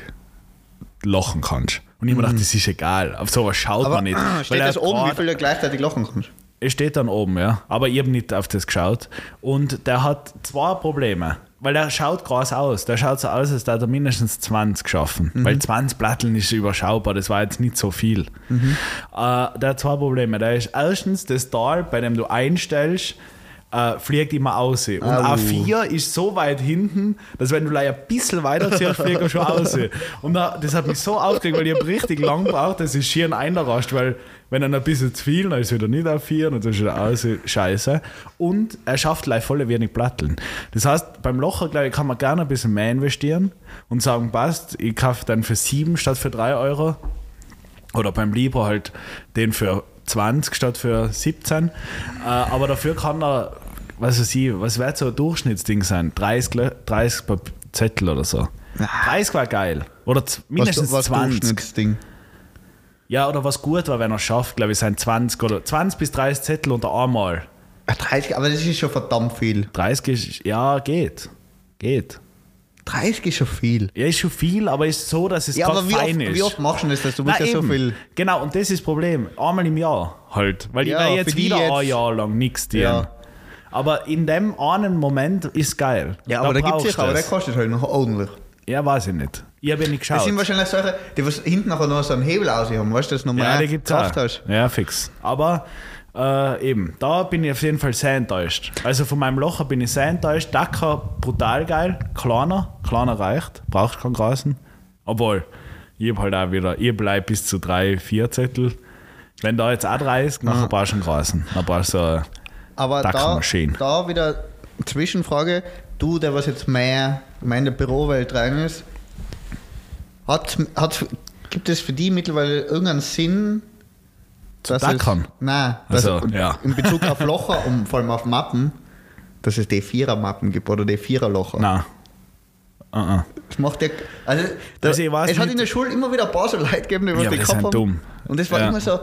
[SPEAKER 2] lachen kannst. Und ich hab mir gedacht, das ist egal, auf sowas schaut
[SPEAKER 1] Mhm. Aber
[SPEAKER 2] man nicht.
[SPEAKER 1] steht
[SPEAKER 2] er
[SPEAKER 1] das
[SPEAKER 2] hat
[SPEAKER 1] oben, wie
[SPEAKER 2] gerade-
[SPEAKER 1] viel du gleichzeitig lachen kannst?
[SPEAKER 2] es steht dann oben, ja. Aber ich habe nicht auf das geschaut. Und der hat zwei Probleme. Weil der schaut krass aus. Der schaut so aus, als hätte er mindestens 20 schaffen. Weil 20 Platteln ist überschaubar. Das war jetzt nicht so viel. Äh, der hat zwei Probleme. Der ist erstens das Tal, bei dem du einstellst, äh, fliegt immer aus. Und
[SPEAKER 1] Au.
[SPEAKER 2] A4 ist so weit hinten, dass wenn du gleich ein bisschen weiter ziehst, fliegt er schon aus. Und da, das hat mich so aufgeregt, weil ich hab richtig lang gebraucht, dass ich schier einrast, weil wenn dann ein bisschen zu viel, dann ist wieder nicht A4 und dann ist wieder aus. Scheiße. Und er schafft gleich voll wenig Platteln. Das heißt, beim Locher, glaube ich, kann man gerne ein bisschen mehr investieren und sagen, passt, ich kaufe dann für 7 statt für 3 Euro oder beim Libra halt den für 20 statt für 17. Äh, aber dafür kann er, was weiß ich, was wird so ein Durchschnittsding sein? 30, Le- 30 Pap- Zettel oder so. 30 war geil. Oder z- mindestens
[SPEAKER 1] was, was
[SPEAKER 2] 20.
[SPEAKER 1] Durchschnittsding.
[SPEAKER 2] Ja, oder was gut war, wenn er es schafft, glaube ich, sind 20 oder 20 bis 30 Zettel unter einmal.
[SPEAKER 1] Ah, 30, aber das ist schon verdammt viel.
[SPEAKER 2] 30 ist, ja, geht. Geht.
[SPEAKER 1] 30 ist schon viel.
[SPEAKER 2] Ja, ist schon viel, aber ist so, dass es
[SPEAKER 1] Ja,
[SPEAKER 2] gerade
[SPEAKER 1] aber wie oft,
[SPEAKER 2] fein ist.
[SPEAKER 1] wie oft machst du das? dass Du musst
[SPEAKER 2] Na,
[SPEAKER 1] ja so
[SPEAKER 2] eben.
[SPEAKER 1] viel.
[SPEAKER 2] Genau, und das ist das Problem. Einmal im Jahr halt. Weil
[SPEAKER 1] Ja,
[SPEAKER 2] ich werde
[SPEAKER 1] für
[SPEAKER 2] jetzt
[SPEAKER 1] die
[SPEAKER 2] wieder
[SPEAKER 1] jetzt-
[SPEAKER 2] ein Jahr lang nichts dir.
[SPEAKER 1] Ja.
[SPEAKER 2] Aber in dem einen Moment ist geil.
[SPEAKER 1] Ja, aber da gibt es
[SPEAKER 2] brauchst
[SPEAKER 1] sicher, aber
[SPEAKER 2] du
[SPEAKER 1] der
[SPEAKER 2] es.
[SPEAKER 1] kostet halt noch ordentlich.
[SPEAKER 2] Ja, weiß ich nicht. Ich habe ja nicht
[SPEAKER 1] Das
[SPEAKER 2] geschaut.
[SPEAKER 1] sind wahrscheinlich solche, die was hinten nachher noch so einen Hebel aus haben, weißt du, dass du
[SPEAKER 2] ja,
[SPEAKER 1] nochmal
[SPEAKER 2] die gibt's
[SPEAKER 1] gekauft
[SPEAKER 2] auch.
[SPEAKER 1] hast.
[SPEAKER 2] Ja, fix. Aber äh, eben, da bin ich auf jeden Fall sehr enttäuscht. Also von meinem Locher bin ich sehr enttäuscht. Dacker brutal geil. Kleiner, kleiner reicht. Brauchst keinen großen. Obwohl, ich hab halt auch wieder, ich bleib bis zu drei, vier Zettel. Wenn da jetzt auch drei ist, nachher brauchst du einen großen. Dann brauchst du äh,
[SPEAKER 1] Aber
[SPEAKER 2] Da kann
[SPEAKER 1] da,
[SPEAKER 2] man schön.
[SPEAKER 1] da wieder Zwischenfrage, du, der was jetzt mehr mehr in der Bürowelt rein ist, hat, hat, gibt es für die mittlerweile irgendeinen Sinn, dass
[SPEAKER 2] dackern?
[SPEAKER 1] es, Nein, dass
[SPEAKER 2] Also,
[SPEAKER 1] es-
[SPEAKER 2] ja.
[SPEAKER 1] in Bezug auf Locher und vor allem auf Mappen, dass es D4er-Mappen gibt oder D4er-Locher.
[SPEAKER 2] nein. Uh-uh.
[SPEAKER 1] Das macht der, also,
[SPEAKER 2] Das
[SPEAKER 1] da-
[SPEAKER 2] ich weiß
[SPEAKER 1] es hat
[SPEAKER 2] nicht.
[SPEAKER 1] in der Schule immer wieder ein paar so Leute gegeben, die was
[SPEAKER 2] Ja,
[SPEAKER 1] die
[SPEAKER 2] aber die
[SPEAKER 1] gehabt
[SPEAKER 2] sind
[SPEAKER 1] haben.
[SPEAKER 2] dumm.
[SPEAKER 1] Und das war
[SPEAKER 2] Ja.
[SPEAKER 1] immer so,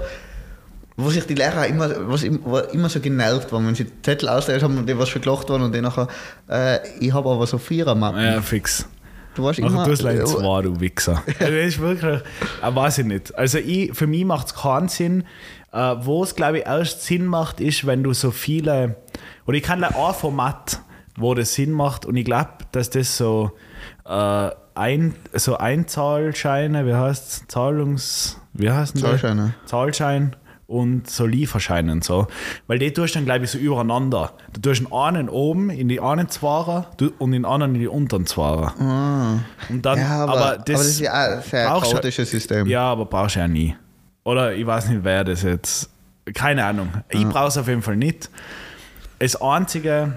[SPEAKER 1] wo sich die Lehrer immer, was, im- war immer so genervt waren, wenn sie Zettel ausgeteilt haben und die was schon gelacht waren und die nachher, äh, ich habe aber so vierer Mappen.
[SPEAKER 2] Ja, fix.
[SPEAKER 1] Du warst
[SPEAKER 2] Mach
[SPEAKER 1] immer.
[SPEAKER 2] du es
[SPEAKER 1] äh,
[SPEAKER 2] leider zwar, du Wichser. Also Das ist wirklich, äh, weiß ich nicht. Also ich, für mich macht es keinen Sinn. Äh, Wo es, glaube ich, erst Sinn macht, ist, wenn du so viele, oder ich kann da ein Format, wo das Sinn macht und ich glaube, dass das so, äh, ein, so Einzahlscheine, wie heißt es, Zahlungs, wie heißt denn das?
[SPEAKER 1] Zahlscheine.
[SPEAKER 2] Zahlschein und so Lieferschein und so. Weil die tust du dann, glaube ich, so übereinander. Du tust den einen oben in die einen Zwarer du- und den anderen in die unteren Zwarer. Und dann,
[SPEAKER 1] ja, aber,
[SPEAKER 2] aber,
[SPEAKER 1] aber
[SPEAKER 2] das,
[SPEAKER 1] das, ist ja auch ein sehr
[SPEAKER 2] brauchst du- halt
[SPEAKER 1] chaotisches System.
[SPEAKER 2] ja, aber brauchst du ja nie. Oder ich weiß nicht, wer das jetzt. Keine Ahnung. Ich brauche es auf jeden Fall nicht. Das einzige,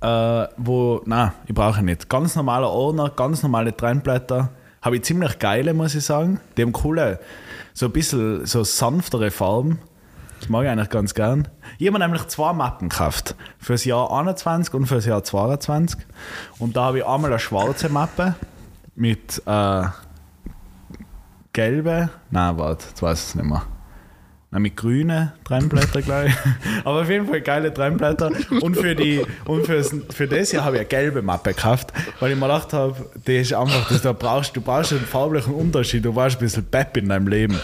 [SPEAKER 2] äh, wo. Nein, ich brauche nicht. Ganz normaler Ordner, ganz normale Trennblätter. Habe ich ziemlich geile, muss ich sagen. Die haben coole, so ein bisschen so sanftere Farben. Das mag ich eigentlich ganz gern. Ich habe mir nämlich zwei Mappen gekauft. Fürs Jahr 21 und fürs Jahr 22. Und da habe ich einmal eine schwarze Mappe mit. Äh, gelbe, nein, warte, jetzt weiß ich es nicht mehr. Nein, mit grünen Trennblätter gleich. Aber auf jeden Fall geile Trennblätter. Und für die und fürs, für das hier habe ich eine gelbe Mappe gekauft, weil ich mir gedacht habe, die ist einfach, dass du brauchst, du brauchst einen farblichen Unterschied, du warst ein bisschen Pepp in deinem Leben.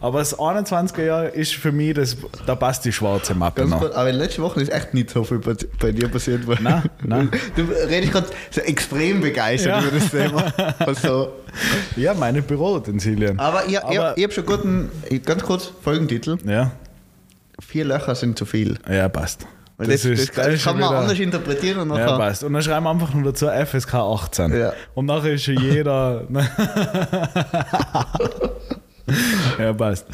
[SPEAKER 2] Aber das 21er Jahr ist für mich, das, da passt die schwarze Mappe
[SPEAKER 1] Ganz
[SPEAKER 2] noch.
[SPEAKER 1] gut, aber in den letzten Wochen ist echt nicht so viel bei, bei dir passiert. weil-
[SPEAKER 2] Nein, nein.
[SPEAKER 1] Du redest gerade so extrem begeistert
[SPEAKER 2] Ja.
[SPEAKER 1] über das Thema. Also,
[SPEAKER 2] Ja, meine Büroutensilien.
[SPEAKER 1] aber ich, ich, ich
[SPEAKER 2] Aber-
[SPEAKER 1] habe schon guten, ganz kurz Folgentitel.
[SPEAKER 2] Ja,
[SPEAKER 1] Vier Löcher sind zu viel.
[SPEAKER 2] ja, passt.
[SPEAKER 1] Weil
[SPEAKER 2] Das
[SPEAKER 1] das, das,
[SPEAKER 2] ist-
[SPEAKER 1] das,
[SPEAKER 2] das ist
[SPEAKER 1] kann
[SPEAKER 2] schon
[SPEAKER 1] man
[SPEAKER 2] wieder-
[SPEAKER 1] anders interpretieren und
[SPEAKER 2] Ja,
[SPEAKER 1] nachher.
[SPEAKER 2] passt. Und dann schreiben wir einfach nur dazu FSK 18.
[SPEAKER 1] Ja.
[SPEAKER 2] Und nachher ist schon jeder. ja, passt.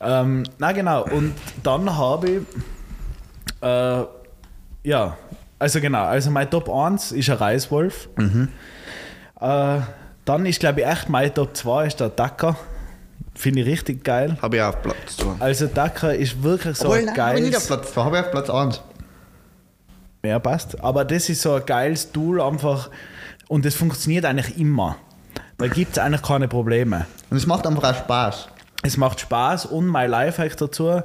[SPEAKER 2] Ähm, na genau. Und dann habe ich. Äh, ja, also genau. Also mein Top 1 ist ein Reiswolf.
[SPEAKER 1] Mhm.
[SPEAKER 2] Äh, dann ist, glaube ich, echt mein Top 2 ist der Dacker. Finde ich richtig geil.
[SPEAKER 1] Habe ich auch auf Platz 2.
[SPEAKER 2] Also Dacker ist wirklich so
[SPEAKER 1] Obwohl,
[SPEAKER 2] ein
[SPEAKER 1] nein, habe ich nicht auf
[SPEAKER 2] geiles.
[SPEAKER 1] Platz 2, habe ich auf Platz 1.
[SPEAKER 2] Ja, passt. Aber das ist so ein geiles Tool einfach und das funktioniert eigentlich immer. Da gibt es eigentlich keine Probleme.
[SPEAKER 1] Und es macht einfach auch Spaß.
[SPEAKER 2] Es macht Spaß und mein Lifehack dazu,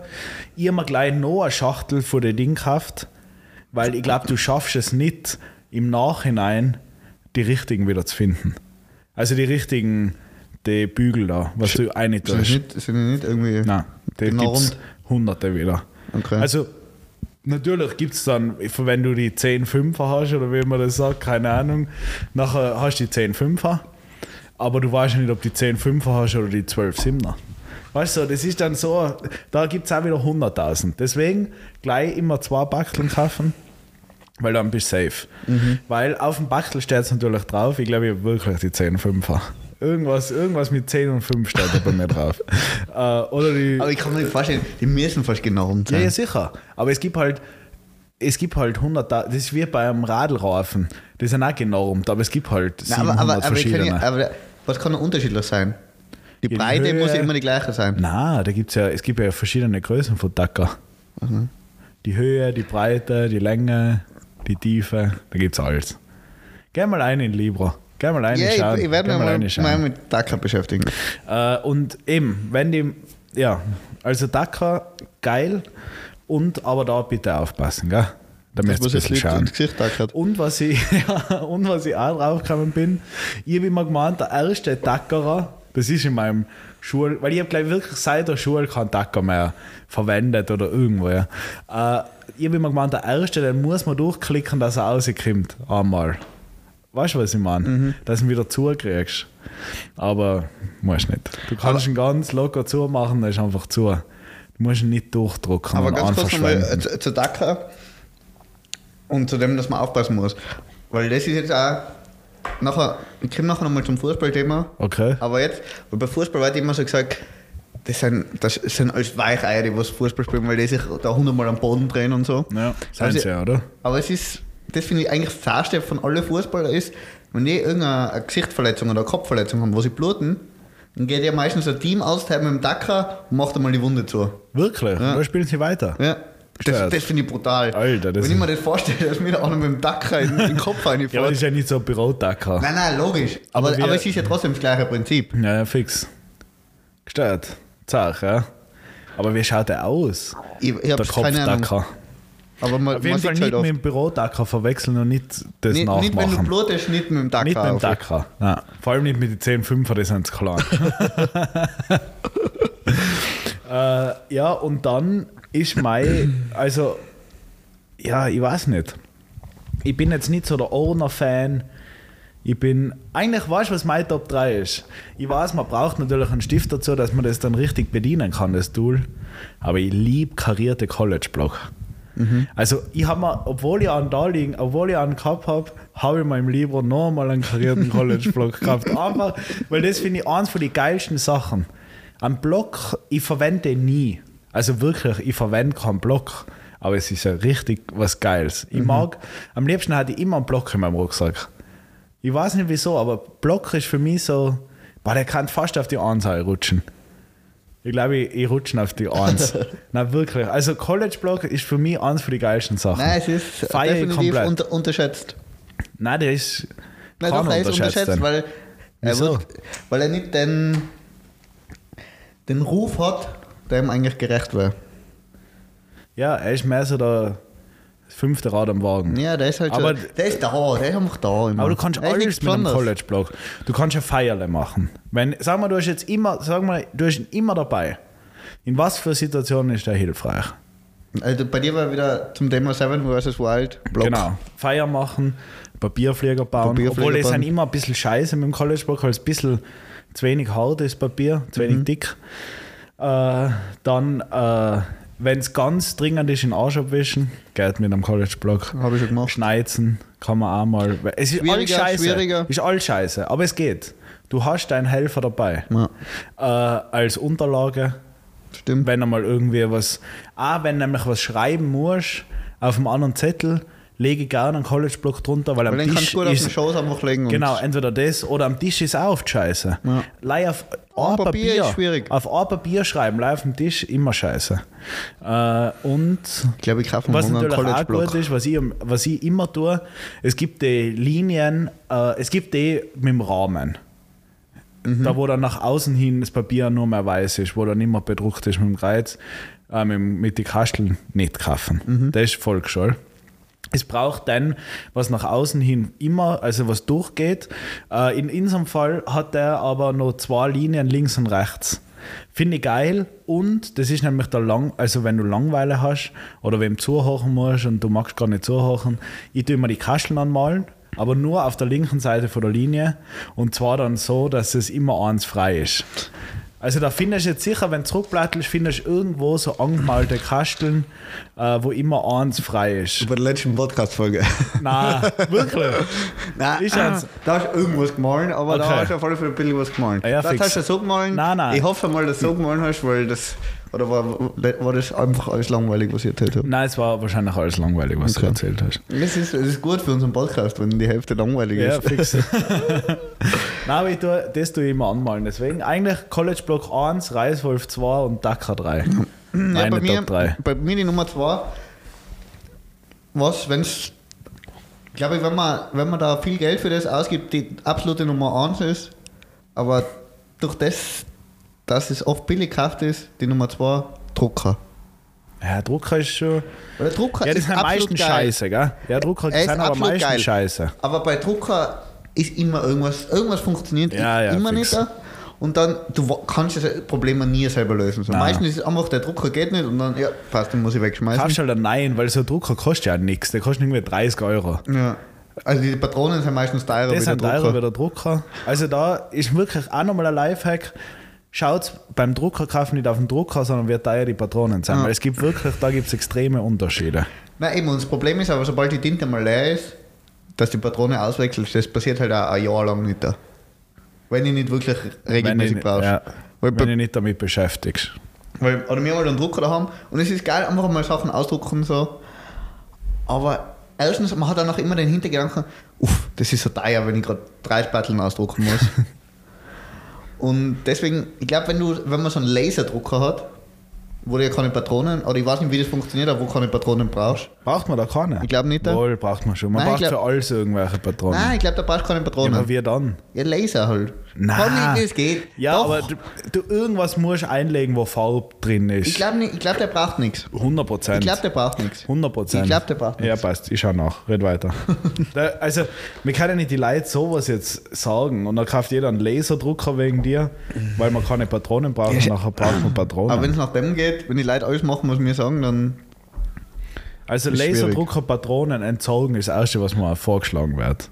[SPEAKER 2] ich habe mir gleich noch eine Schachtel von dem Ding gekauft, weil ich glaube, du schaffst es nicht, im Nachhinein die richtigen wieder zu finden. Also die richtigen, die Bügel da, was du eine
[SPEAKER 1] Sind
[SPEAKER 2] tust.
[SPEAKER 1] nicht, sind nicht irgendwie.
[SPEAKER 2] Nein, da
[SPEAKER 1] Genau
[SPEAKER 2] gibt es
[SPEAKER 1] rund.
[SPEAKER 2] hunderte wieder.
[SPEAKER 1] Okay.
[SPEAKER 2] Also natürlich gibt es dann, wenn du die 10 Fünfer hast oder wie man das sagt, keine Ahnung, nachher hast du die 10 Fünfer, aber du weißt ja nicht, ob die 10 Fünfer hast oder die 12 Siebener. Weißt du, das ist dann so, da gibt es auch wieder 100.000. Deswegen gleich immer zwei Backeln kaufen, weil dann bist du safe. Weil auf dem Bachtel steht es natürlich drauf, ich glaube, ich habe wirklich die 10 Fünfer. Irgendwas, irgendwas mit 10 und 5 steht da bei mir drauf. Äh, oder die,
[SPEAKER 1] Aber ich kann mir nicht vorstellen, die müssen fast genau rund
[SPEAKER 2] ja,
[SPEAKER 1] sein.
[SPEAKER 2] ja, sicher. Aber es gibt halt, es gibt halt 100, das ist wie bei einem Radlraufen. Das ist ja nicht genormt, aber es gibt halt
[SPEAKER 1] Nein, aber,
[SPEAKER 2] 700
[SPEAKER 1] aber, aber, ich kann
[SPEAKER 2] verschiedene.
[SPEAKER 1] ja, aber was kann noch unterschiedlich sein? Die
[SPEAKER 2] die
[SPEAKER 1] Breite
[SPEAKER 2] Höhe-
[SPEAKER 1] muss ja immer die gleiche sein.
[SPEAKER 2] Nein, da gibt's ja, es gibt ja verschiedene Größen von Dacker.
[SPEAKER 1] Mhm.
[SPEAKER 2] Die Höhe, die Breite, die Länge, die Tiefe, da gibt's alles. Geh mal ein in Libra. Geh mal ein
[SPEAKER 1] Ja,
[SPEAKER 2] schauen.
[SPEAKER 1] ich, ich werde
[SPEAKER 2] Geh
[SPEAKER 1] mich mal,
[SPEAKER 2] reinschauen.
[SPEAKER 1] mal mit Dakar beschäftigen.
[SPEAKER 2] Äh, und eben, wenn die, ja, also Dakar, geil, und aber da bitte aufpassen, gell? Da müsst ihr ein
[SPEAKER 1] muss jetzt
[SPEAKER 2] bisschen
[SPEAKER 1] Leute
[SPEAKER 2] schauen. Oh,
[SPEAKER 1] ins Gesicht Dakar.
[SPEAKER 2] Und was ich, ja, und was ich auch draufgekommen bin, ich habe immer gemeint, der erste Dackerer, das ist in meinem Schul, weil ich habe gleich wirklich seit der Schule keinen Dacker mehr verwendet oder irgendwo. Ja. Äh, ich habe immer gemeint, der erste, den muss man durchklicken, dass er rauskommt. Einmal. Weißt du, was ich meine?
[SPEAKER 1] Mhm.
[SPEAKER 2] Dass du ihn wieder zukriegst. Aber musst nicht. Du kannst ihn ganz locker zumachen, dann ist einfach zu. Du musst ihn nicht durchdrucken.
[SPEAKER 1] Aber
[SPEAKER 2] und
[SPEAKER 1] ganz kurz nochmal
[SPEAKER 2] anverschwenden.
[SPEAKER 1] äh, zu, zu Dakar und zu dem, dass man aufpassen muss. Weil das ist jetzt auch. Nachher, ich komme nachher nochmal zum Fußballthema.
[SPEAKER 2] Okay.
[SPEAKER 1] Aber jetzt, weil bei Fußball wird immer so gesagt, das sind, das sind alles Weicheier, die was Fußball spielen, weil die sich da hundertmal am Boden drehen und so.
[SPEAKER 2] Ja,
[SPEAKER 1] also
[SPEAKER 2] sind sie ja, oder?
[SPEAKER 1] Aber es ist, das finde ich eigentlich das Zahnste von allen Fußballern ist, wenn die irgendeine eine Gesichtsverletzung oder eine Kopfverletzung haben, wo sie bluten, dann geht ja meistens ein Team aus, teilt mit dem Dacker und macht einmal die Wunde zu.
[SPEAKER 2] Wirklich?
[SPEAKER 1] Ja.
[SPEAKER 2] Oder spielen sie weiter?
[SPEAKER 1] Ja. Das,
[SPEAKER 2] Gestört.
[SPEAKER 1] das finde ich brutal.
[SPEAKER 2] Alter, das
[SPEAKER 1] Wenn ich
[SPEAKER 2] ist-
[SPEAKER 1] mir das vorstelle, dass mir da einer mit dem Dacker in in den Kopf reinfährt.
[SPEAKER 2] Ja, aber das ist ja nicht so ein Bürodacker.
[SPEAKER 1] nein, nein, logisch.
[SPEAKER 2] Aber
[SPEAKER 1] Aber,
[SPEAKER 2] wir-
[SPEAKER 1] aber, es ist ja trotzdem das gleiche Prinzip.
[SPEAKER 2] Ja, ja, fix. Gestört. Zach, ja. Aber wie schaut der aus?
[SPEAKER 1] Ich, ich
[SPEAKER 2] Der
[SPEAKER 1] habe keine Ahnung.
[SPEAKER 2] Kopfdacker.
[SPEAKER 1] Aber man,
[SPEAKER 2] Auf
[SPEAKER 1] man
[SPEAKER 2] jeden
[SPEAKER 1] sieht
[SPEAKER 2] Fall
[SPEAKER 1] halt
[SPEAKER 2] nicht
[SPEAKER 1] oft.
[SPEAKER 2] mit dem Bürodacker verwechseln und nicht das
[SPEAKER 1] Nicht,
[SPEAKER 2] nachmachen.
[SPEAKER 1] nicht wenn du blutest, nicht mit dem Dacker.
[SPEAKER 2] Nicht mit dem
[SPEAKER 1] auf.
[SPEAKER 2] Dacker. Nein. Vor allem nicht mit den 10 Fünfer, die sind klar. äh, ja, und dann ist mein, also, ja, ich weiß nicht. Ich bin jetzt nicht so der Owner-Fan. Ich bin, eigentlich weißt du, was mein Top 3 ist. Ich weiß, man braucht natürlich einen Stift dazu, dass man das dann richtig bedienen kann, das Tool. Aber ich liebe karierte College-Block. Also ich habe mir, obwohl ich einen da liegen, obwohl ich einen gehabt habe, habe ich in meinem Libro noch einmal einen karierten College-Block gehabt. Einfach, weil das finde ich eins von den geilsten Sachen. Ein Block, ich verwende den nie. Also wirklich, ich verwende keinen Block. Aber es ist ja richtig was Geiles. Ich mag, am liebsten hatte ich immer einen Block in meinem Rucksack. Ich weiß nicht wieso, aber Block ist für mich so, boah, der kann fast auf die Anzahl rutschen. Ich glaube, ich, ich rutsche auf die Eins. Na wirklich. Also College Block ist für mich eins von die geilsten Sachen.
[SPEAKER 1] Nein, es ist
[SPEAKER 2] Feier ich
[SPEAKER 1] definitiv
[SPEAKER 2] komplett.
[SPEAKER 1] unter, unterschätzt.
[SPEAKER 2] Nein, der ist
[SPEAKER 1] Nein,
[SPEAKER 2] kann
[SPEAKER 1] doch, er ist
[SPEAKER 2] unterschätzt
[SPEAKER 1] unterschätzt,
[SPEAKER 2] denn.
[SPEAKER 1] weil er,
[SPEAKER 2] Wieso?
[SPEAKER 1] wird, weil er nicht den, den Ruf hat, der ihm eigentlich gerecht wäre.
[SPEAKER 2] ja, er ist mehr so der fünfte Rad am Wagen.
[SPEAKER 1] Ja, der ist halt
[SPEAKER 2] Aber-
[SPEAKER 1] so, der ist da, der ist einfach da immer.
[SPEAKER 2] Aber du kannst
[SPEAKER 1] Der ist
[SPEAKER 2] alles
[SPEAKER 1] nichts
[SPEAKER 2] mit einem
[SPEAKER 1] Besonderes.
[SPEAKER 2] College Block. Du kannst ja Feierle machen. Wenn, sag mal, du hast jetzt immer, sag mal, du hast ihn immer dabei. In was für Situationen ist der hilfreich?
[SPEAKER 1] Also bei dir war wieder zum Thema Seven vs. Wild Block.
[SPEAKER 2] Genau. Feier machen, Papierflieger bauen.
[SPEAKER 1] Papierflieger
[SPEAKER 2] Obwohl, es
[SPEAKER 1] bauen.
[SPEAKER 2] sind immer ein bisschen scheiße mit dem College Block, weil es ein bisschen
[SPEAKER 1] Mhm.
[SPEAKER 2] zu wenig hart ist, Papier, zu wenig dick. Äh, dann äh, wenn es ganz dringend ist, in den Arsch abwischen, geht mit am College-Blog.
[SPEAKER 1] Habe ich schon gemacht.
[SPEAKER 2] Schneizen kann man auch mal. Es ist alles
[SPEAKER 1] Schwieriger,
[SPEAKER 2] scheiße.
[SPEAKER 1] schwieriger.
[SPEAKER 2] Ist alles scheiße, aber es geht. Du hast deinen Helfer dabei.
[SPEAKER 1] Ja.
[SPEAKER 2] Äh, als Unterlage,
[SPEAKER 1] Stimmt.
[SPEAKER 2] wenn er mal irgendwie was. Auch wenn nämlich was schreiben musst, auf dem anderen Zettel, lege gerne einen College-Block drunter, weil am
[SPEAKER 1] Weil dann kannst
[SPEAKER 2] Tisch
[SPEAKER 1] du gut auf den
[SPEAKER 2] ist
[SPEAKER 1] Schoß einfach legen. und-
[SPEAKER 2] Genau, entweder das oder am Tisch ist auch oft scheiße.
[SPEAKER 1] Ja.
[SPEAKER 2] Leih auf
[SPEAKER 1] Auf Papier
[SPEAKER 2] ein Papier,
[SPEAKER 1] ist schwierig.
[SPEAKER 2] Auf ein Papier schreiben, leih auf dem Tisch, immer scheiße. Äh, und
[SPEAKER 1] Ich glaube, ich kaufe mir
[SPEAKER 2] was
[SPEAKER 1] morgen einen
[SPEAKER 2] natürlich auch gut
[SPEAKER 1] College-Block.
[SPEAKER 2] ist, was ich, was ich immer tue, es gibt die Linien, äh, es gibt die mit dem Rahmen. Da, wo dann nach außen hin das Papier nur mehr weiß ist, wo dann immer bedruckt ist mit dem Kreuz, äh, mit, dem- mit den Kasteln nicht kaufen. Das ist Volksschule. Es braucht dann, was nach außen hin immer, also was durchgeht. Äh, in unserem Fall hat er aber nur zwei Linien links und rechts. Finde ich geil und das ist nämlich der Lang, also wenn du Langeweile hast oder wem zuhören musst und du magst gar nicht zuhören, ich tue immer die Kasteln anmalen, aber nur auf der linken Seite von der Linie und zwar dann so, dass es immer eins frei ist. Also da findest du jetzt sicher, wenn du zurückblättelst, findest du irgendwo so angemalte Kasteln, äh, wo immer eins frei ist.
[SPEAKER 1] Bei der letzten Podcast-Folge.
[SPEAKER 2] Nein, wirklich.
[SPEAKER 1] Nein, ah,
[SPEAKER 2] Ist jetzt-
[SPEAKER 1] da hast du irgendwas gemahlen, aber da
[SPEAKER 2] Okay.
[SPEAKER 1] hast du auf alle Fälle ein bisschen was gemahlen.
[SPEAKER 2] Ah ja,
[SPEAKER 1] das
[SPEAKER 2] fix.
[SPEAKER 1] hast du so gemahlen.
[SPEAKER 2] Nein, nein.
[SPEAKER 1] Ich hoffe mal, dass du so gemahlen hast, weil das. Oder war, war das einfach alles langweilig, was ich erzählt habe?
[SPEAKER 2] Nein, es war wahrscheinlich alles langweilig, was
[SPEAKER 1] Okay.
[SPEAKER 2] du erzählt hast.
[SPEAKER 1] Das ist, das ist gut für unseren Podcast, wenn die Hälfte langweilig
[SPEAKER 2] Ja,
[SPEAKER 1] ist.
[SPEAKER 2] fix. Nein, aber ich tue, das tue ich immer anmalen. Deswegen eigentlich College Block 1, Reiswolf 2 und Dakar 3.
[SPEAKER 1] Ja,
[SPEAKER 2] Meine
[SPEAKER 1] bei, mir,
[SPEAKER 2] Top 3.
[SPEAKER 1] bei mir die Nummer 2. Was, wenn es. Glaube ich, wenn man, wenn man da viel Geld für das ausgibt, die absolute Nummer 1 ist. Aber durch das, dass es oft billig gekauft ist, die Nummer 2, Drucker.
[SPEAKER 2] Ja, Drucker ist schon.
[SPEAKER 1] Weil der Drucker
[SPEAKER 2] Ja, das
[SPEAKER 1] ist
[SPEAKER 2] sind
[SPEAKER 1] absolut
[SPEAKER 2] meistens
[SPEAKER 1] geil.
[SPEAKER 2] scheiße, gell? Ja, Drucker
[SPEAKER 1] Er ist
[SPEAKER 2] sind aber
[SPEAKER 1] absolut
[SPEAKER 2] meistens
[SPEAKER 1] geil.
[SPEAKER 2] scheiße.
[SPEAKER 1] Aber bei Drucker ist immer irgendwas, irgendwas funktioniert
[SPEAKER 2] Ja, ja,
[SPEAKER 1] immer
[SPEAKER 2] fix.
[SPEAKER 1] nicht. da. Und dann, du wa- kannst das Problem nie selber lösen. So,
[SPEAKER 2] Nein.
[SPEAKER 1] meistens ist es einfach, der Drucker geht nicht und dann, ja, passt, den muss ich wegschmeißen.
[SPEAKER 2] Kaufst halt einen neuen, weil so ein Drucker kostet ja nichts. Der kostet irgendwie 30 Euro.
[SPEAKER 1] Ja. Also die Patronen sind meistens teurer
[SPEAKER 2] Das
[SPEAKER 1] wie der
[SPEAKER 2] sind teurer wie
[SPEAKER 1] Drucker.
[SPEAKER 2] der Drucker. Also da ist wirklich auch nochmal ein Lifehack. Schaut beim Drucker kaufen nicht auf den Drucker, sondern wie teuer die Patronen sind.
[SPEAKER 1] Ja.
[SPEAKER 2] Weil es gibt wirklich, da gibt es extreme Unterschiede.
[SPEAKER 1] Nein, eben, und das Problem ist aber, sobald die Tinte mal leer ist, dass die Patrone auswechselst, das passiert halt auch ein Jahr lang nicht da. Wenn ich nicht wirklich
[SPEAKER 2] Wenn
[SPEAKER 1] regelmäßig
[SPEAKER 2] ich,
[SPEAKER 1] brauchst.
[SPEAKER 2] ja,
[SPEAKER 1] Weil,
[SPEAKER 2] wenn
[SPEAKER 1] bei-
[SPEAKER 2] du nicht damit beschäftigst.
[SPEAKER 1] weil, oder wir mal einen Drucker da haben und es ist geil, einfach mal Sachen ausdrucken und so. Aber erstens, man hat danach immer den Hintergedanken, uff, das ist so teuer, wenn ich gerade drei Spateln ausdrucken muss. und deswegen, ich glaube, wenn, du- wenn man so einen Laserdrucker hat, wo du ja keine Patronen, oder ich weiß nicht, wie das funktioniert, aber wo du keine Patronen brauchst.
[SPEAKER 2] Braucht man da keine?
[SPEAKER 1] Ich glaub nicht, da.
[SPEAKER 2] Wohl, braucht man schon. Man
[SPEAKER 1] Nein, ich
[SPEAKER 2] braucht
[SPEAKER 1] glaub-
[SPEAKER 2] für alles irgendwelche Patronen.
[SPEAKER 1] Nein, ich glaube, da brauchst du keine
[SPEAKER 2] ja, aber
[SPEAKER 1] Patronen.
[SPEAKER 2] wie dann?
[SPEAKER 1] Ja, Laser halt.
[SPEAKER 2] Nein.
[SPEAKER 1] Komm, wie das geht.
[SPEAKER 2] Ja,
[SPEAKER 1] Doch.
[SPEAKER 2] aber du, du irgendwas musst einlegen, wo Farbe drin ist.
[SPEAKER 1] Ich glaube, ich glaub, der braucht nichts.
[SPEAKER 2] 100 Prozent.
[SPEAKER 1] Ich glaube, der braucht nichts.
[SPEAKER 2] 100 Prozent.
[SPEAKER 1] Ich glaub, der braucht
[SPEAKER 2] Ja,
[SPEAKER 1] nichts.
[SPEAKER 2] passt. Ich schau nach. Red weiter. da, also, wir können ja nicht die Leute sowas jetzt sagen. Und dann kauft jeder einen Laserdrucker wegen dir, weil man keine Patronen braucht. Und nachher braucht man Patronen.
[SPEAKER 1] Aber wenn es nach dem geht, wenn die Leute alles machen, was wir sagen, dann
[SPEAKER 2] also,
[SPEAKER 1] ist schwierig.
[SPEAKER 2] Laserdrucker, Patronen entzogen ist das Erste, was mir vorgeschlagen wird.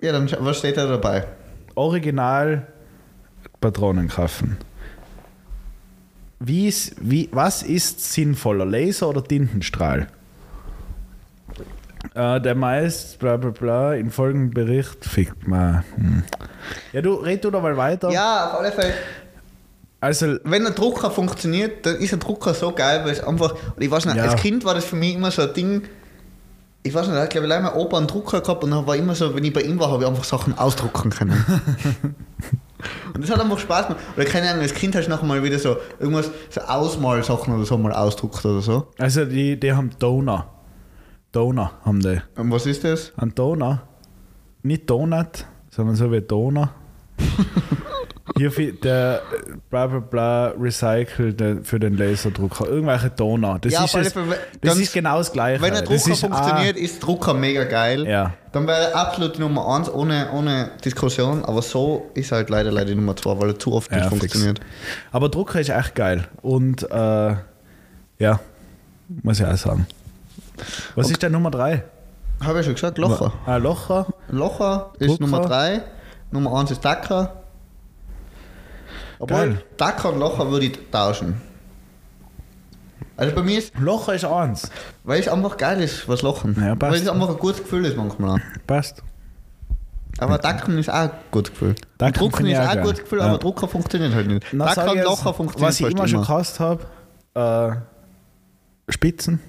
[SPEAKER 1] Ja, dann scha- was steht da dabei?
[SPEAKER 2] Original Patronen kaufen. Wie ist, wie, was ist sinnvoller, Laser oder Tintenstrahl? Äh, der meist, bla bla bla, im folgenden Bericht fickt man. Hm. Ja, du red du da mal weiter.
[SPEAKER 1] Ja, auf alle Fälle.
[SPEAKER 2] Also,
[SPEAKER 1] Wenn ein Drucker funktioniert, dann ist ein Drucker so geil, weil es einfach. Und ich weiß nicht,
[SPEAKER 2] Ja.
[SPEAKER 1] als Kind war das für mich immer so ein Ding. Ich weiß nicht, ich glaube, allein mein Opa einen Drucker gehabt und dann war immer so, wenn ich bei ihm war, habe ich einfach Sachen ausdrucken können. und das hat einfach Spaß gemacht. Oder keine Ahnung, als Kind hast du nachher mal wieder so irgendwas, so Ausmalsachen oder so mal ausdruckt oder so.
[SPEAKER 2] also die, die haben Donut. Donut haben die.
[SPEAKER 1] Und was ist das?
[SPEAKER 2] Ein Donut. Nicht Donut, sondern so wie Donut. Hier für der äh, bla bla bla recycelte für den Laserdrucker. Irgendwelche Donut. Das,
[SPEAKER 1] Ja, auf
[SPEAKER 2] ist,
[SPEAKER 1] alle
[SPEAKER 2] es,
[SPEAKER 1] Fälle,
[SPEAKER 2] das
[SPEAKER 1] ganz-
[SPEAKER 2] ist genau das Gleiche.
[SPEAKER 1] Wenn ein
[SPEAKER 2] das
[SPEAKER 1] Drucker
[SPEAKER 2] ist ah,
[SPEAKER 1] funktioniert, ist Drucker mega geil.
[SPEAKER 2] Auch, ja.
[SPEAKER 1] Dann wäre er absolut die Nummer 1 ohne, ohne Diskussion, aber so ist halt leider leider die Nummer 2, weil er zu oft
[SPEAKER 2] Ja,
[SPEAKER 1] nicht
[SPEAKER 2] fix.
[SPEAKER 1] funktioniert.
[SPEAKER 2] Aber Drucker ist echt geil. Und äh, ja, muss ich auch sagen. Was ist der Nummer 3?
[SPEAKER 1] Habe ich schon gesagt, Locher.
[SPEAKER 2] Ah, Locher.
[SPEAKER 1] Locher ist
[SPEAKER 2] Drucker.
[SPEAKER 1] Nummer 3, Nummer 1 ist Dacker. Obwohl,
[SPEAKER 2] Geil.
[SPEAKER 1] Dacker und Locher würde ich tauschen. Also bei mir ist,
[SPEAKER 2] Locher ist eins.
[SPEAKER 1] weil es einfach geil ist, was Lachen.
[SPEAKER 2] Ja, passt.
[SPEAKER 1] weil es einfach ein gutes Gefühl ist manchmal. auch.
[SPEAKER 2] Passt.
[SPEAKER 1] Aber Dacken ist auch ein gutes Gefühl.
[SPEAKER 2] Dacken
[SPEAKER 1] Und Drucken
[SPEAKER 2] finde ich
[SPEAKER 1] ist
[SPEAKER 2] auch
[SPEAKER 1] auch ein
[SPEAKER 2] geil.
[SPEAKER 1] gutes Gefühl,
[SPEAKER 2] Ja.
[SPEAKER 1] aber Drucker funktioniert halt nicht.
[SPEAKER 2] Na, sag
[SPEAKER 1] Dacken
[SPEAKER 2] ich
[SPEAKER 1] und
[SPEAKER 2] jetzt,
[SPEAKER 1] Locher funktionieren halt
[SPEAKER 2] Was ich immer schon gehasst habe, äh, Spitzen.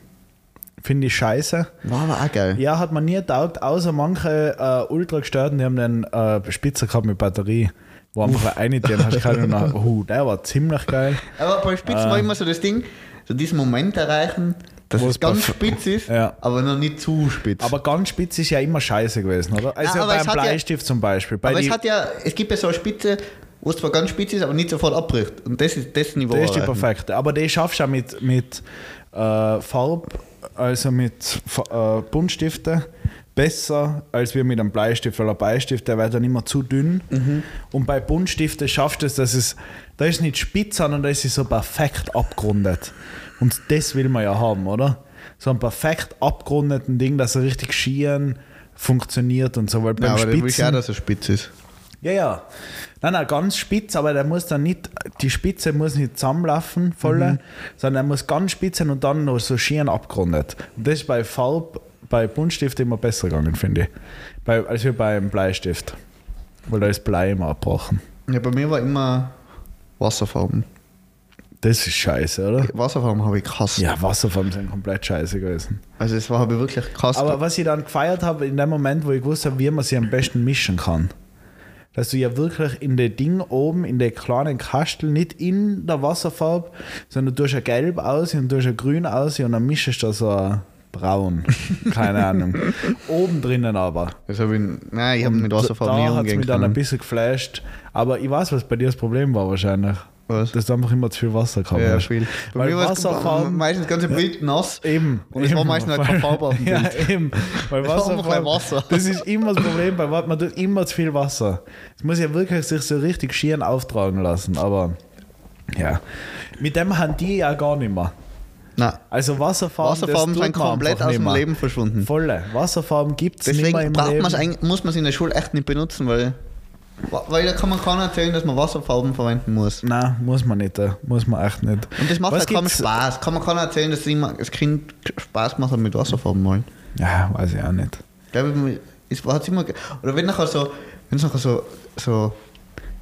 [SPEAKER 2] Finde ich scheiße.
[SPEAKER 1] War aber auch geil.
[SPEAKER 2] Ja, hat man nie getaugt, außer manche äh, ultra gestörten, die haben den äh, Spitzer gehabt mit Batterie. Wo einfach eine drin hast, keine Ahnung. Oh, der war ziemlich geil.
[SPEAKER 1] Aber bei Spitzen
[SPEAKER 2] Ah.
[SPEAKER 1] war immer so das Ding, so diesen Moment erreichen, dass
[SPEAKER 2] Wo
[SPEAKER 1] es
[SPEAKER 2] es bei-
[SPEAKER 1] ganz spitz ist,
[SPEAKER 2] Ja.
[SPEAKER 1] aber noch nicht zu spitz.
[SPEAKER 2] Aber ganz spitz ist ja immer scheiße gewesen, oder? Also
[SPEAKER 1] Ja, aber
[SPEAKER 2] beim
[SPEAKER 1] es hat ja-
[SPEAKER 2] Bleistift zum Beispiel. Bei
[SPEAKER 1] aber
[SPEAKER 2] die,
[SPEAKER 1] es hat ja, es gibt ja so eine Spitze, wo es zwar ganz spitz ist, aber nicht sofort abbricht. Und das ist das Niveau.
[SPEAKER 2] das ist die
[SPEAKER 1] erreichen.
[SPEAKER 2] perfekte. Aber die schaffst du auch mit, mit äh, Farb, also mit Fa- äh, Buntstiften, besser als wir mit einem Bleistift, weil ein Bleistift, der wird dann immer zu dünn.
[SPEAKER 1] Mhm.
[SPEAKER 2] Und bei Buntstiften schaffst du es, dass es, da ist nicht spitz, sondern da ist es so perfekt abgerundet. Und das will man ja haben, oder? So ein perfekt abgerundeten Ding, dass er richtig schieren funktioniert und so, weil
[SPEAKER 1] Nein,
[SPEAKER 2] beim
[SPEAKER 1] aber
[SPEAKER 2] Spitzen...
[SPEAKER 1] dann will ich auch, dass es spitz ist.
[SPEAKER 2] Ja, ja. Nein, nein, ganz spitz, aber der muss dann nicht, die Spitze muss nicht zusammenlaufen, volle, sondern er muss ganz spitz sein und dann noch so schön abgerundet. Und das ist bei Farb, bei Buntstift immer besser gegangen, finde ich. Bei, als wir beim Bleistift. Weil da ist Blei immer abbrochen.
[SPEAKER 1] Ja, bei mir war immer Wasserfarben.
[SPEAKER 2] Das ist scheiße, oder?
[SPEAKER 1] Wasserfarben habe ich gehasst.
[SPEAKER 2] Ja, Wasserfarben sind komplett scheiße gewesen.
[SPEAKER 1] Also es war habe ich wirklich gehasst.
[SPEAKER 2] Aber was ich dann gefeiert habe, in dem Moment, wo ich gewusst habe, wie man sie am besten mischen kann. Dass du ja wirklich in der Ding oben, in der kleinen Kastel, nicht in der Wasserfarbe, sondern du tust ja gelb aus und du tust ja grün aus und dann mischst du so ein braun. Keine Ahnung. oben drinnen aber.
[SPEAKER 1] das habe ich, Also nein, ich habe mit Wasserfarben nie
[SPEAKER 2] da hat es
[SPEAKER 1] umgehen
[SPEAKER 2] mich dann ein
[SPEAKER 1] können.
[SPEAKER 2] bisschen geflasht. Aber ich weiß, was bei dir das Problem war wahrscheinlich.
[SPEAKER 1] Was?
[SPEAKER 2] Dass du einfach immer zu viel Wasser gehabt
[SPEAKER 1] Ja,
[SPEAKER 2] hast.
[SPEAKER 1] viel. Bei
[SPEAKER 2] Weil
[SPEAKER 1] mir war es
[SPEAKER 2] Wasserfarben...
[SPEAKER 1] meistens das ganze Bild nass.
[SPEAKER 2] Eben.
[SPEAKER 1] Und es war
[SPEAKER 2] eben.
[SPEAKER 1] meistens halt keine Farbe auf dem
[SPEAKER 2] Ja,
[SPEAKER 1] Bild.
[SPEAKER 2] eben. Weil
[SPEAKER 1] Es war
[SPEAKER 2] Wasser,
[SPEAKER 1] einfach kein Wasser.
[SPEAKER 2] Das ist immer das Problem, bei Wa- man tut immer zu viel Wasser. Es muss ja wirklich sich so richtig schieren auftragen lassen, aber ja. Mit dem haben die ja gar nicht mehr.
[SPEAKER 1] Nein.
[SPEAKER 2] Also Wasserfarben,
[SPEAKER 1] Wasserfarben
[SPEAKER 2] das tut
[SPEAKER 1] sind
[SPEAKER 2] man
[SPEAKER 1] komplett
[SPEAKER 2] einfach
[SPEAKER 1] aus
[SPEAKER 2] nicht
[SPEAKER 1] dem
[SPEAKER 2] mehr. Mhm.
[SPEAKER 1] Leben verschwunden.
[SPEAKER 2] Volle. Wasserfarben gibt es nicht mehr
[SPEAKER 1] Deswegen
[SPEAKER 2] im
[SPEAKER 1] braucht
[SPEAKER 2] Leben.
[SPEAKER 1] man's eigentlich- muss man es in der Schule echt nicht benutzen, weil, weil da kann man keiner erzählen, dass man Wasserfarben verwenden muss.
[SPEAKER 2] Nein, muss man nicht. äh, Muss man echt nicht.
[SPEAKER 1] Und das macht
[SPEAKER 2] Was
[SPEAKER 1] halt keinen
[SPEAKER 2] gibt's-
[SPEAKER 1] Spaß. Kann man keiner erzählen, dass immer das Kind Spaß macht hat mit Wasserfarben malen.
[SPEAKER 2] Ja, weiß ich auch nicht.
[SPEAKER 1] Ich glaube, es hat immer. ge- Oder wenn nachher so, wenn es nachher so, so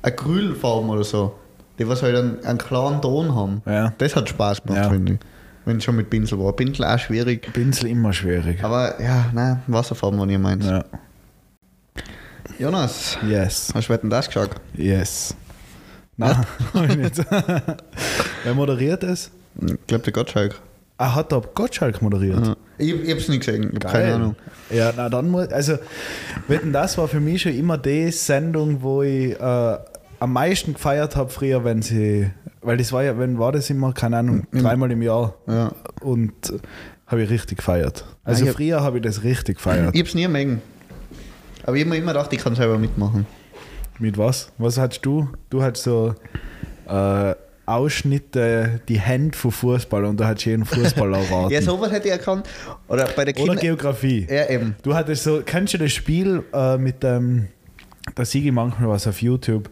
[SPEAKER 1] Acrylfarben oder so, die was halt einen, einen klaren Ton haben,
[SPEAKER 2] Ja.
[SPEAKER 1] das hat Spaß gemacht,
[SPEAKER 2] Ja.
[SPEAKER 1] finde ich. Wenn es schon mit Pinsel war. Pinsel auch schwierig.
[SPEAKER 2] Pinsel immer schwierig.
[SPEAKER 1] Aber ja, nein, Wasserfarben war nicht meins.
[SPEAKER 2] Ja.
[SPEAKER 1] Jonas,
[SPEAKER 2] Yes.
[SPEAKER 1] hast du denn das geschaut?
[SPEAKER 2] Yes. Nein, hab ich nicht. Wer moderiert es?
[SPEAKER 1] Ich glaube, der Gottschalk.
[SPEAKER 2] Ah, hat der Gottschalk moderiert.
[SPEAKER 1] Ja. Ich, ich hab's nicht gesehen, ich hab Hm, keine Ahnung.
[SPEAKER 2] Ja, na dann muss. Also, Wetten, das war für mich schon immer die Sendung, wo ich äh, am meisten gefeiert habe früher, wenn sie. Weil das war ja, wenn war das immer, keine Ahnung, dreimal im Jahr.
[SPEAKER 1] Hm, Ja.
[SPEAKER 2] Und äh, habe ich richtig gefeiert. Also
[SPEAKER 1] ich hab-
[SPEAKER 2] früher habe ich das richtig gefeiert.
[SPEAKER 1] Ich hab's nie mögen. Aber ich hab mir immer gedacht, ich kann selber mitmachen.
[SPEAKER 2] Mit was? Was hattest du? Du hattest so äh, Ausschnitte, die Hände von Fußball und du hattest jeden Fußballer raten.
[SPEAKER 1] Ja, sowas hätte ich erkannt. Oder bei der
[SPEAKER 2] Oder
[SPEAKER 1] Kinder.
[SPEAKER 2] Geografie.
[SPEAKER 1] ja, eben.
[SPEAKER 2] Du hattest so, kennst du das Spiel äh, mit dem, da siege ich manchmal was auf YouTube,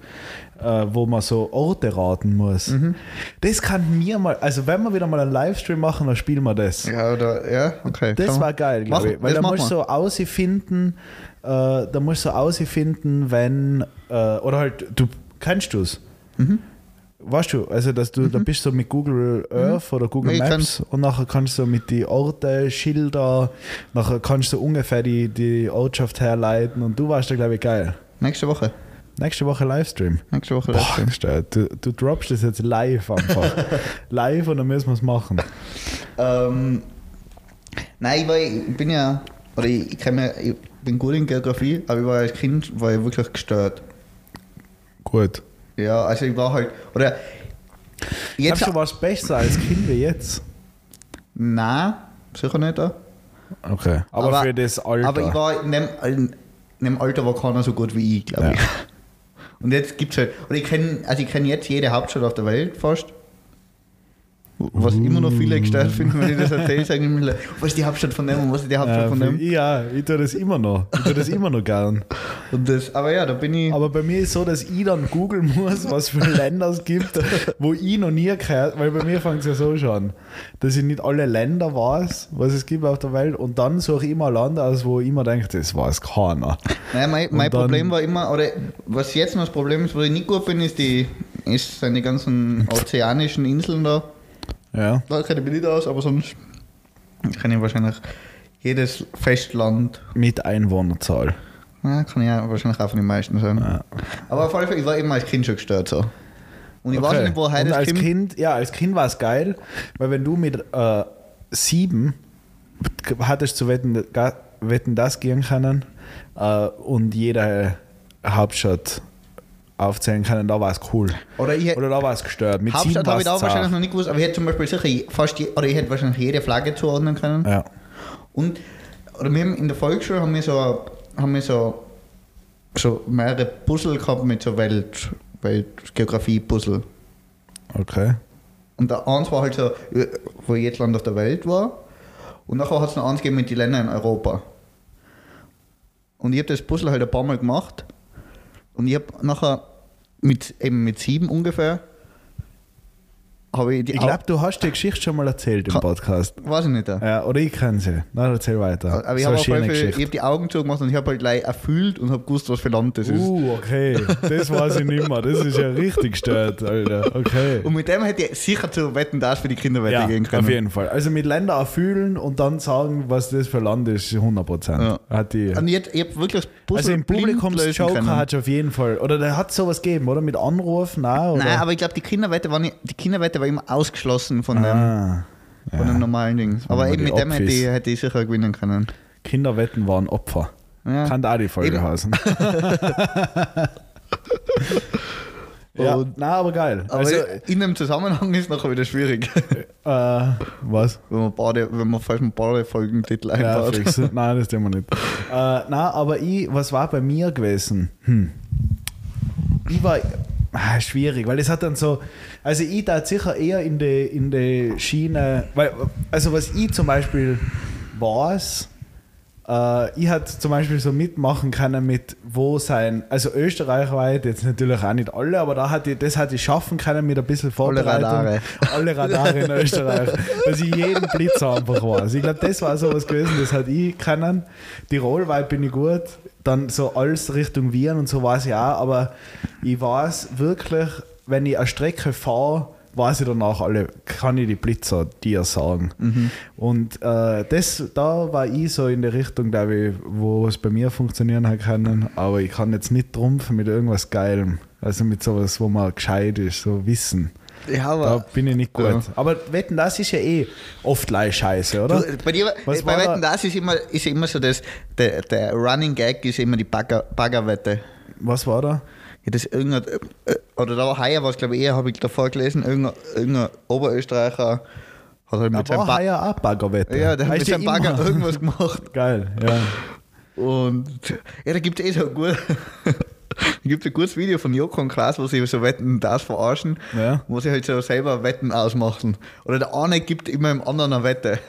[SPEAKER 2] äh, wo man so Orte raten muss.
[SPEAKER 1] Mhm.
[SPEAKER 2] Das kann mir mal, also wenn wir wieder mal einen Livestream machen, dann spielen wir das.
[SPEAKER 1] Ja, oder, ja, okay.
[SPEAKER 2] Das
[SPEAKER 1] kann man-
[SPEAKER 2] war geil,
[SPEAKER 1] Mach-
[SPEAKER 2] glaube ich. Weil
[SPEAKER 1] das
[SPEAKER 2] da
[SPEAKER 1] machen
[SPEAKER 2] musst du
[SPEAKER 1] wir.
[SPEAKER 2] so ausfinden, äh, da musst du so ausfinden, wenn, äh, oder halt, du kennst du es.
[SPEAKER 1] Mhm.
[SPEAKER 2] Weißt du, also dass du, da bist du mit Google Earth oder Google
[SPEAKER 1] Mhm. Ich
[SPEAKER 2] Maps
[SPEAKER 1] kann's.
[SPEAKER 2] und nachher kannst du mit die Orte, Schilder, nachher kannst du ungefähr die, die Ortschaft herleiten und du warst da, glaube ich, geil.
[SPEAKER 1] Nächste Woche.
[SPEAKER 2] Nächste Woche Livestream.
[SPEAKER 1] Nächste Woche.
[SPEAKER 2] Boah, gestellt. du, du droppst das jetzt live einfach. live und dann müssen wir es machen.
[SPEAKER 1] Ähm, nein, ich, war, ich bin ja, oder ich, ich, kenn mich, ich bin gut in Geografie, aber ich war als Kind war ich wirklich gestört.
[SPEAKER 2] Gut.
[SPEAKER 1] Ja, also ich war halt, oder
[SPEAKER 2] Jetzt
[SPEAKER 1] jetzt,
[SPEAKER 2] Glaubst du, warst besser als Kind wie jetzt?
[SPEAKER 1] nein, sicher nicht da.
[SPEAKER 2] Okay. Aber, für das Alter.
[SPEAKER 1] Aber ich war in dem, in dem Alter war keiner so gut wie ich, glaube
[SPEAKER 2] Ja.
[SPEAKER 1] ich. Und jetzt gibt's halt, und ich kenne, also ich kenne jetzt jede Hauptstadt auf der Welt fast. was immer noch
[SPEAKER 2] Mm.
[SPEAKER 1] viele gestellt finden, wenn ich das erzähle, sagen immer, Leute, was ist die Hauptstadt von dem und was ist die Hauptstadt
[SPEAKER 2] Äh,
[SPEAKER 1] von dem.
[SPEAKER 2] ja, ich tue das immer noch. Ich tue das immer noch gern.
[SPEAKER 1] Und das, aber ja, da bin ich.
[SPEAKER 2] Aber bei mir ist so, dass ich dann googeln muss, was für Länder es gibt, wo ich noch nie gehört Weil bei mir fängt es ja so schon an, dass ich nicht alle Länder weiß, was es gibt auf der Welt. Und dann suche ich immer ein Land aus, wo ich immer denke, das weiß keiner.
[SPEAKER 1] Nein, mein, mein
[SPEAKER 2] dann-
[SPEAKER 1] Problem war immer, oder was jetzt noch das Problem ist, wo ich nicht gut bin, ist die, ist sind die ganzen ozeanischen Inseln da.
[SPEAKER 2] Ja.
[SPEAKER 1] Da kenne ich mich nicht aus, aber sonst kann ich wahrscheinlich jedes Festland.
[SPEAKER 2] Mit Einwohnerzahl.
[SPEAKER 1] Ja, kann ich ja wahrscheinlich auch von den meisten sein.
[SPEAKER 2] Ja.
[SPEAKER 1] Aber auf alle Fälle, ich war immer als Kind schon gestört so. Und ich weiß
[SPEAKER 2] Okay.
[SPEAKER 1] nicht, wo
[SPEAKER 2] Und
[SPEAKER 1] heute das
[SPEAKER 2] als
[SPEAKER 1] Kind.
[SPEAKER 2] kind, Ja, als Kind war es geil, weil wenn du mit äh, sieben hattest zu wetten, Ga- wetten das gehen können äh, und jeder Hauptstadt aufzählen können, da war es cool.
[SPEAKER 1] Oder ich hätte-
[SPEAKER 2] Oder da war es gestört. Mit sieben
[SPEAKER 1] Hauptstadt
[SPEAKER 2] war
[SPEAKER 1] habe ich
[SPEAKER 2] es
[SPEAKER 1] da wahrscheinlich
[SPEAKER 2] wahrscheinlich
[SPEAKER 1] noch nicht gewusst, aber ich hätte zum Beispiel sicher je- fast je, oder ich hätte wahrscheinlich jede Flagge zuordnen können.
[SPEAKER 2] ja.
[SPEAKER 1] Und oder wir haben in der Volksschule haben wir so, haben wir so, so mehrere Puzzle gehabt mit so Welt, Weltgeografie-Puzzle.
[SPEAKER 2] Okay.
[SPEAKER 1] Und der eins war halt so, äh, wo jedes Land auf der Welt war. Und nachher hat es noch eins gegeben mit den Ländern in Europa. Und ich habe das Puzzle halt ein paar Mal gemacht. Und ich habe nachher mit, eben mit sieben ungefähr, habe ich die
[SPEAKER 2] Ich glaube, du hast die Geschichte schon mal erzählt im
[SPEAKER 1] Ka-
[SPEAKER 2] Podcast.
[SPEAKER 1] Au- weiß ich nicht. da.
[SPEAKER 2] Ja, oder ich kann sie. Nein, erzähl weiter.
[SPEAKER 1] Aber ich
[SPEAKER 2] So
[SPEAKER 1] habe
[SPEAKER 2] eine
[SPEAKER 1] auf jeden
[SPEAKER 2] schöne
[SPEAKER 1] Fall- ich
[SPEAKER 2] Geschichte.
[SPEAKER 1] habe die Augen zugemacht und ich habe halt gleich erfüllt und habe gewusst, was für Land das ist.
[SPEAKER 2] Uh, okay. Das weiß ich nicht mehr. Das ist ja richtig gestört, Alter. Okay.
[SPEAKER 1] Und mit dem hätte ich sicher zu wetten, dass für die Kinderwette
[SPEAKER 2] Ja,
[SPEAKER 1] gehen können.
[SPEAKER 2] auf jeden Fall. Also mit Länder erfüllen und dann sagen, was das für Land ist, 100 Prozent.
[SPEAKER 1] Ja.
[SPEAKER 2] Hat die.
[SPEAKER 1] Und jetzt, ich habe wirklich das Puzzle
[SPEAKER 2] Also im
[SPEAKER 1] blind lösen können.
[SPEAKER 2] Publikumsjoker hat es auf jeden Fall. Oder der hat sowas gegeben, oder? Mit Anruf, nein? Oder?
[SPEAKER 1] Nein, aber ich glaube, die Kinderwette war nicht, die Kinderwette war immer ausgeschlossen von,
[SPEAKER 2] ah,
[SPEAKER 1] dem, von dem normalen Ding. Aber
[SPEAKER 2] waren
[SPEAKER 1] eben
[SPEAKER 2] die
[SPEAKER 1] mit dem hätte ich,
[SPEAKER 2] Opfis.
[SPEAKER 1] hätte ich sicher gewinnen können.
[SPEAKER 2] Kinderwetten waren Opfer.
[SPEAKER 1] Ja.
[SPEAKER 2] Kann da die Folge
[SPEAKER 1] Eben.
[SPEAKER 2] heißen. ja,
[SPEAKER 1] Und-
[SPEAKER 2] nein, aber geil.
[SPEAKER 1] Aber
[SPEAKER 2] also,
[SPEAKER 1] in dem Zusammenhang ist nachher wieder schwierig,
[SPEAKER 2] äh, was?
[SPEAKER 1] wenn man, Bade, wenn man falsch einen Badefolgentitel
[SPEAKER 2] Ja,
[SPEAKER 1] einbaut.
[SPEAKER 2] fix. Nein, das tun wir nicht. Äh, nein, aber ich, was war bei mir gewesen? Hm. Ich war ah, schwierig, weil es hat dann so, also ich da sicher eher in die, in die Schiene, weil, also was ich zum Beispiel weiß, äh, ich hatte zum Beispiel so mitmachen können mit, wo sein, also österreichweit, jetzt natürlich auch nicht alle, aber da hat ich, das hatte ich schaffen können mit ein bisschen
[SPEAKER 1] Alle
[SPEAKER 2] Vorbereitung.
[SPEAKER 1] Radare.
[SPEAKER 2] Alle Radare in Österreich. Dass ich jeden Blitz einfach weiß. Ich glaube, das war sowas gewesen, das hat ich können. Tirolweit bin ich gut. Dann so alles Richtung Wien und so weiß ich auch, aber ich weiß wirklich, wenn ich eine Strecke fahre, weiß ich danach alle, kann ich die Blitzer dir sagen. Und äh, das, da war ich so in der Richtung, glaube ich, wo es bei mir funktionieren hat können, aber ich kann jetzt nicht trumpfen mit irgendwas Geilem. Also mit sowas, wo man gescheit ist, so Wissen.
[SPEAKER 1] Ja,
[SPEAKER 2] Da
[SPEAKER 1] aber
[SPEAKER 2] bin ich nicht gut.
[SPEAKER 1] Ja.
[SPEAKER 2] Aber Wetten, das ist ja eh oft Scheiße, oder?
[SPEAKER 1] du, bei, dir,
[SPEAKER 2] Was
[SPEAKER 1] bei
[SPEAKER 2] war
[SPEAKER 1] Wetten, das ist immer, ist immer so, das, der, der Running Gag ist immer die Bagger, Baggerwette.
[SPEAKER 2] Was war da?
[SPEAKER 1] Ja, das irgendein, äh, oder da war heuer was, glaube ich, eher habe ich davor gelesen, irgendein, irgendein Oberösterreicher hat halt mit
[SPEAKER 2] da
[SPEAKER 1] seinem
[SPEAKER 2] war
[SPEAKER 1] Ba-
[SPEAKER 2] heuer auch Baggerwette.
[SPEAKER 1] Ja, der hat mit
[SPEAKER 2] Weißt du,
[SPEAKER 1] seinem Bagger
[SPEAKER 2] immer.
[SPEAKER 1] irgendwas gemacht.
[SPEAKER 2] Geil, ja.
[SPEAKER 1] Und ja, da gibt es eh so ein gut. Da gibt ein gutes Video von Joko und Klaas, wo sie so Wetten das verarschen,
[SPEAKER 2] Ja.
[SPEAKER 1] wo sie halt so selber Wetten ausmachen. Oder der eine gibt immer dem anderen eine Wette.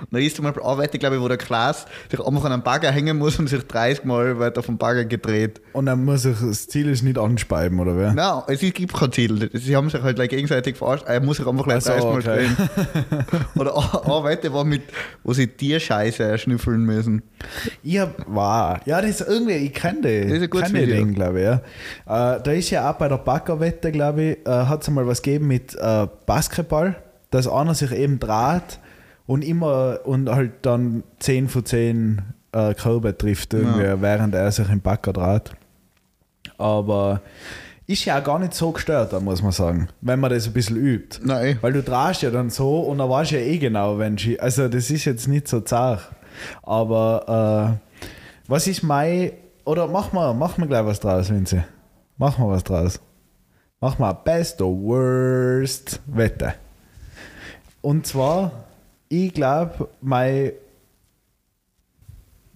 [SPEAKER 1] Und da ist zum Beispiel eine Wette, glaube ich, wo der Klaas sich einfach an einen Bagger hängen muss und sich 30 Mal weiter vom Bagger gedreht.
[SPEAKER 2] Und dann muss ich, das Ziel ist nicht anspeiben, oder wer?
[SPEAKER 1] Nein, es gibt kein Ziel. Sie haben sich halt like, gegenseitig verarscht. Er muss sich einfach gleich
[SPEAKER 2] Ach so,
[SPEAKER 1] 30 Mal
[SPEAKER 2] okay.
[SPEAKER 1] drehen. Oder eine eine Wette war mit, wo sie Tierscheiße schnüffeln müssen.
[SPEAKER 2] Ich hab, war. Ja, das ist irgendwie, ich kenne den.
[SPEAKER 1] Das ist ein gutes
[SPEAKER 2] kenne
[SPEAKER 1] Video.
[SPEAKER 2] den, glaube ich, ja. Äh, da ist ja auch bei der Baggerwette, glaube ich, äh, hat es mal was gegeben mit äh, Basketball, dass einer sich eben draht und immer und halt dann 10 von 10 äh, Körbe trifft, irgendwie, während er sich im Bagger draht. Aber ist ja auch gar nicht so gestört, da muss man sagen, wenn man das ein bisschen übt.
[SPEAKER 1] Nein.
[SPEAKER 2] Weil du drehst ja dann so und dann weißt du ja eh genau, wenn sie. Also, das ist jetzt nicht so zart. Aber äh, was ist mein. Oder mach mal, mach mal gleich was draus, Vinzi. Mach mal was draus. Mach mal Best or Worst Wette. Und zwar, ich glaube, mein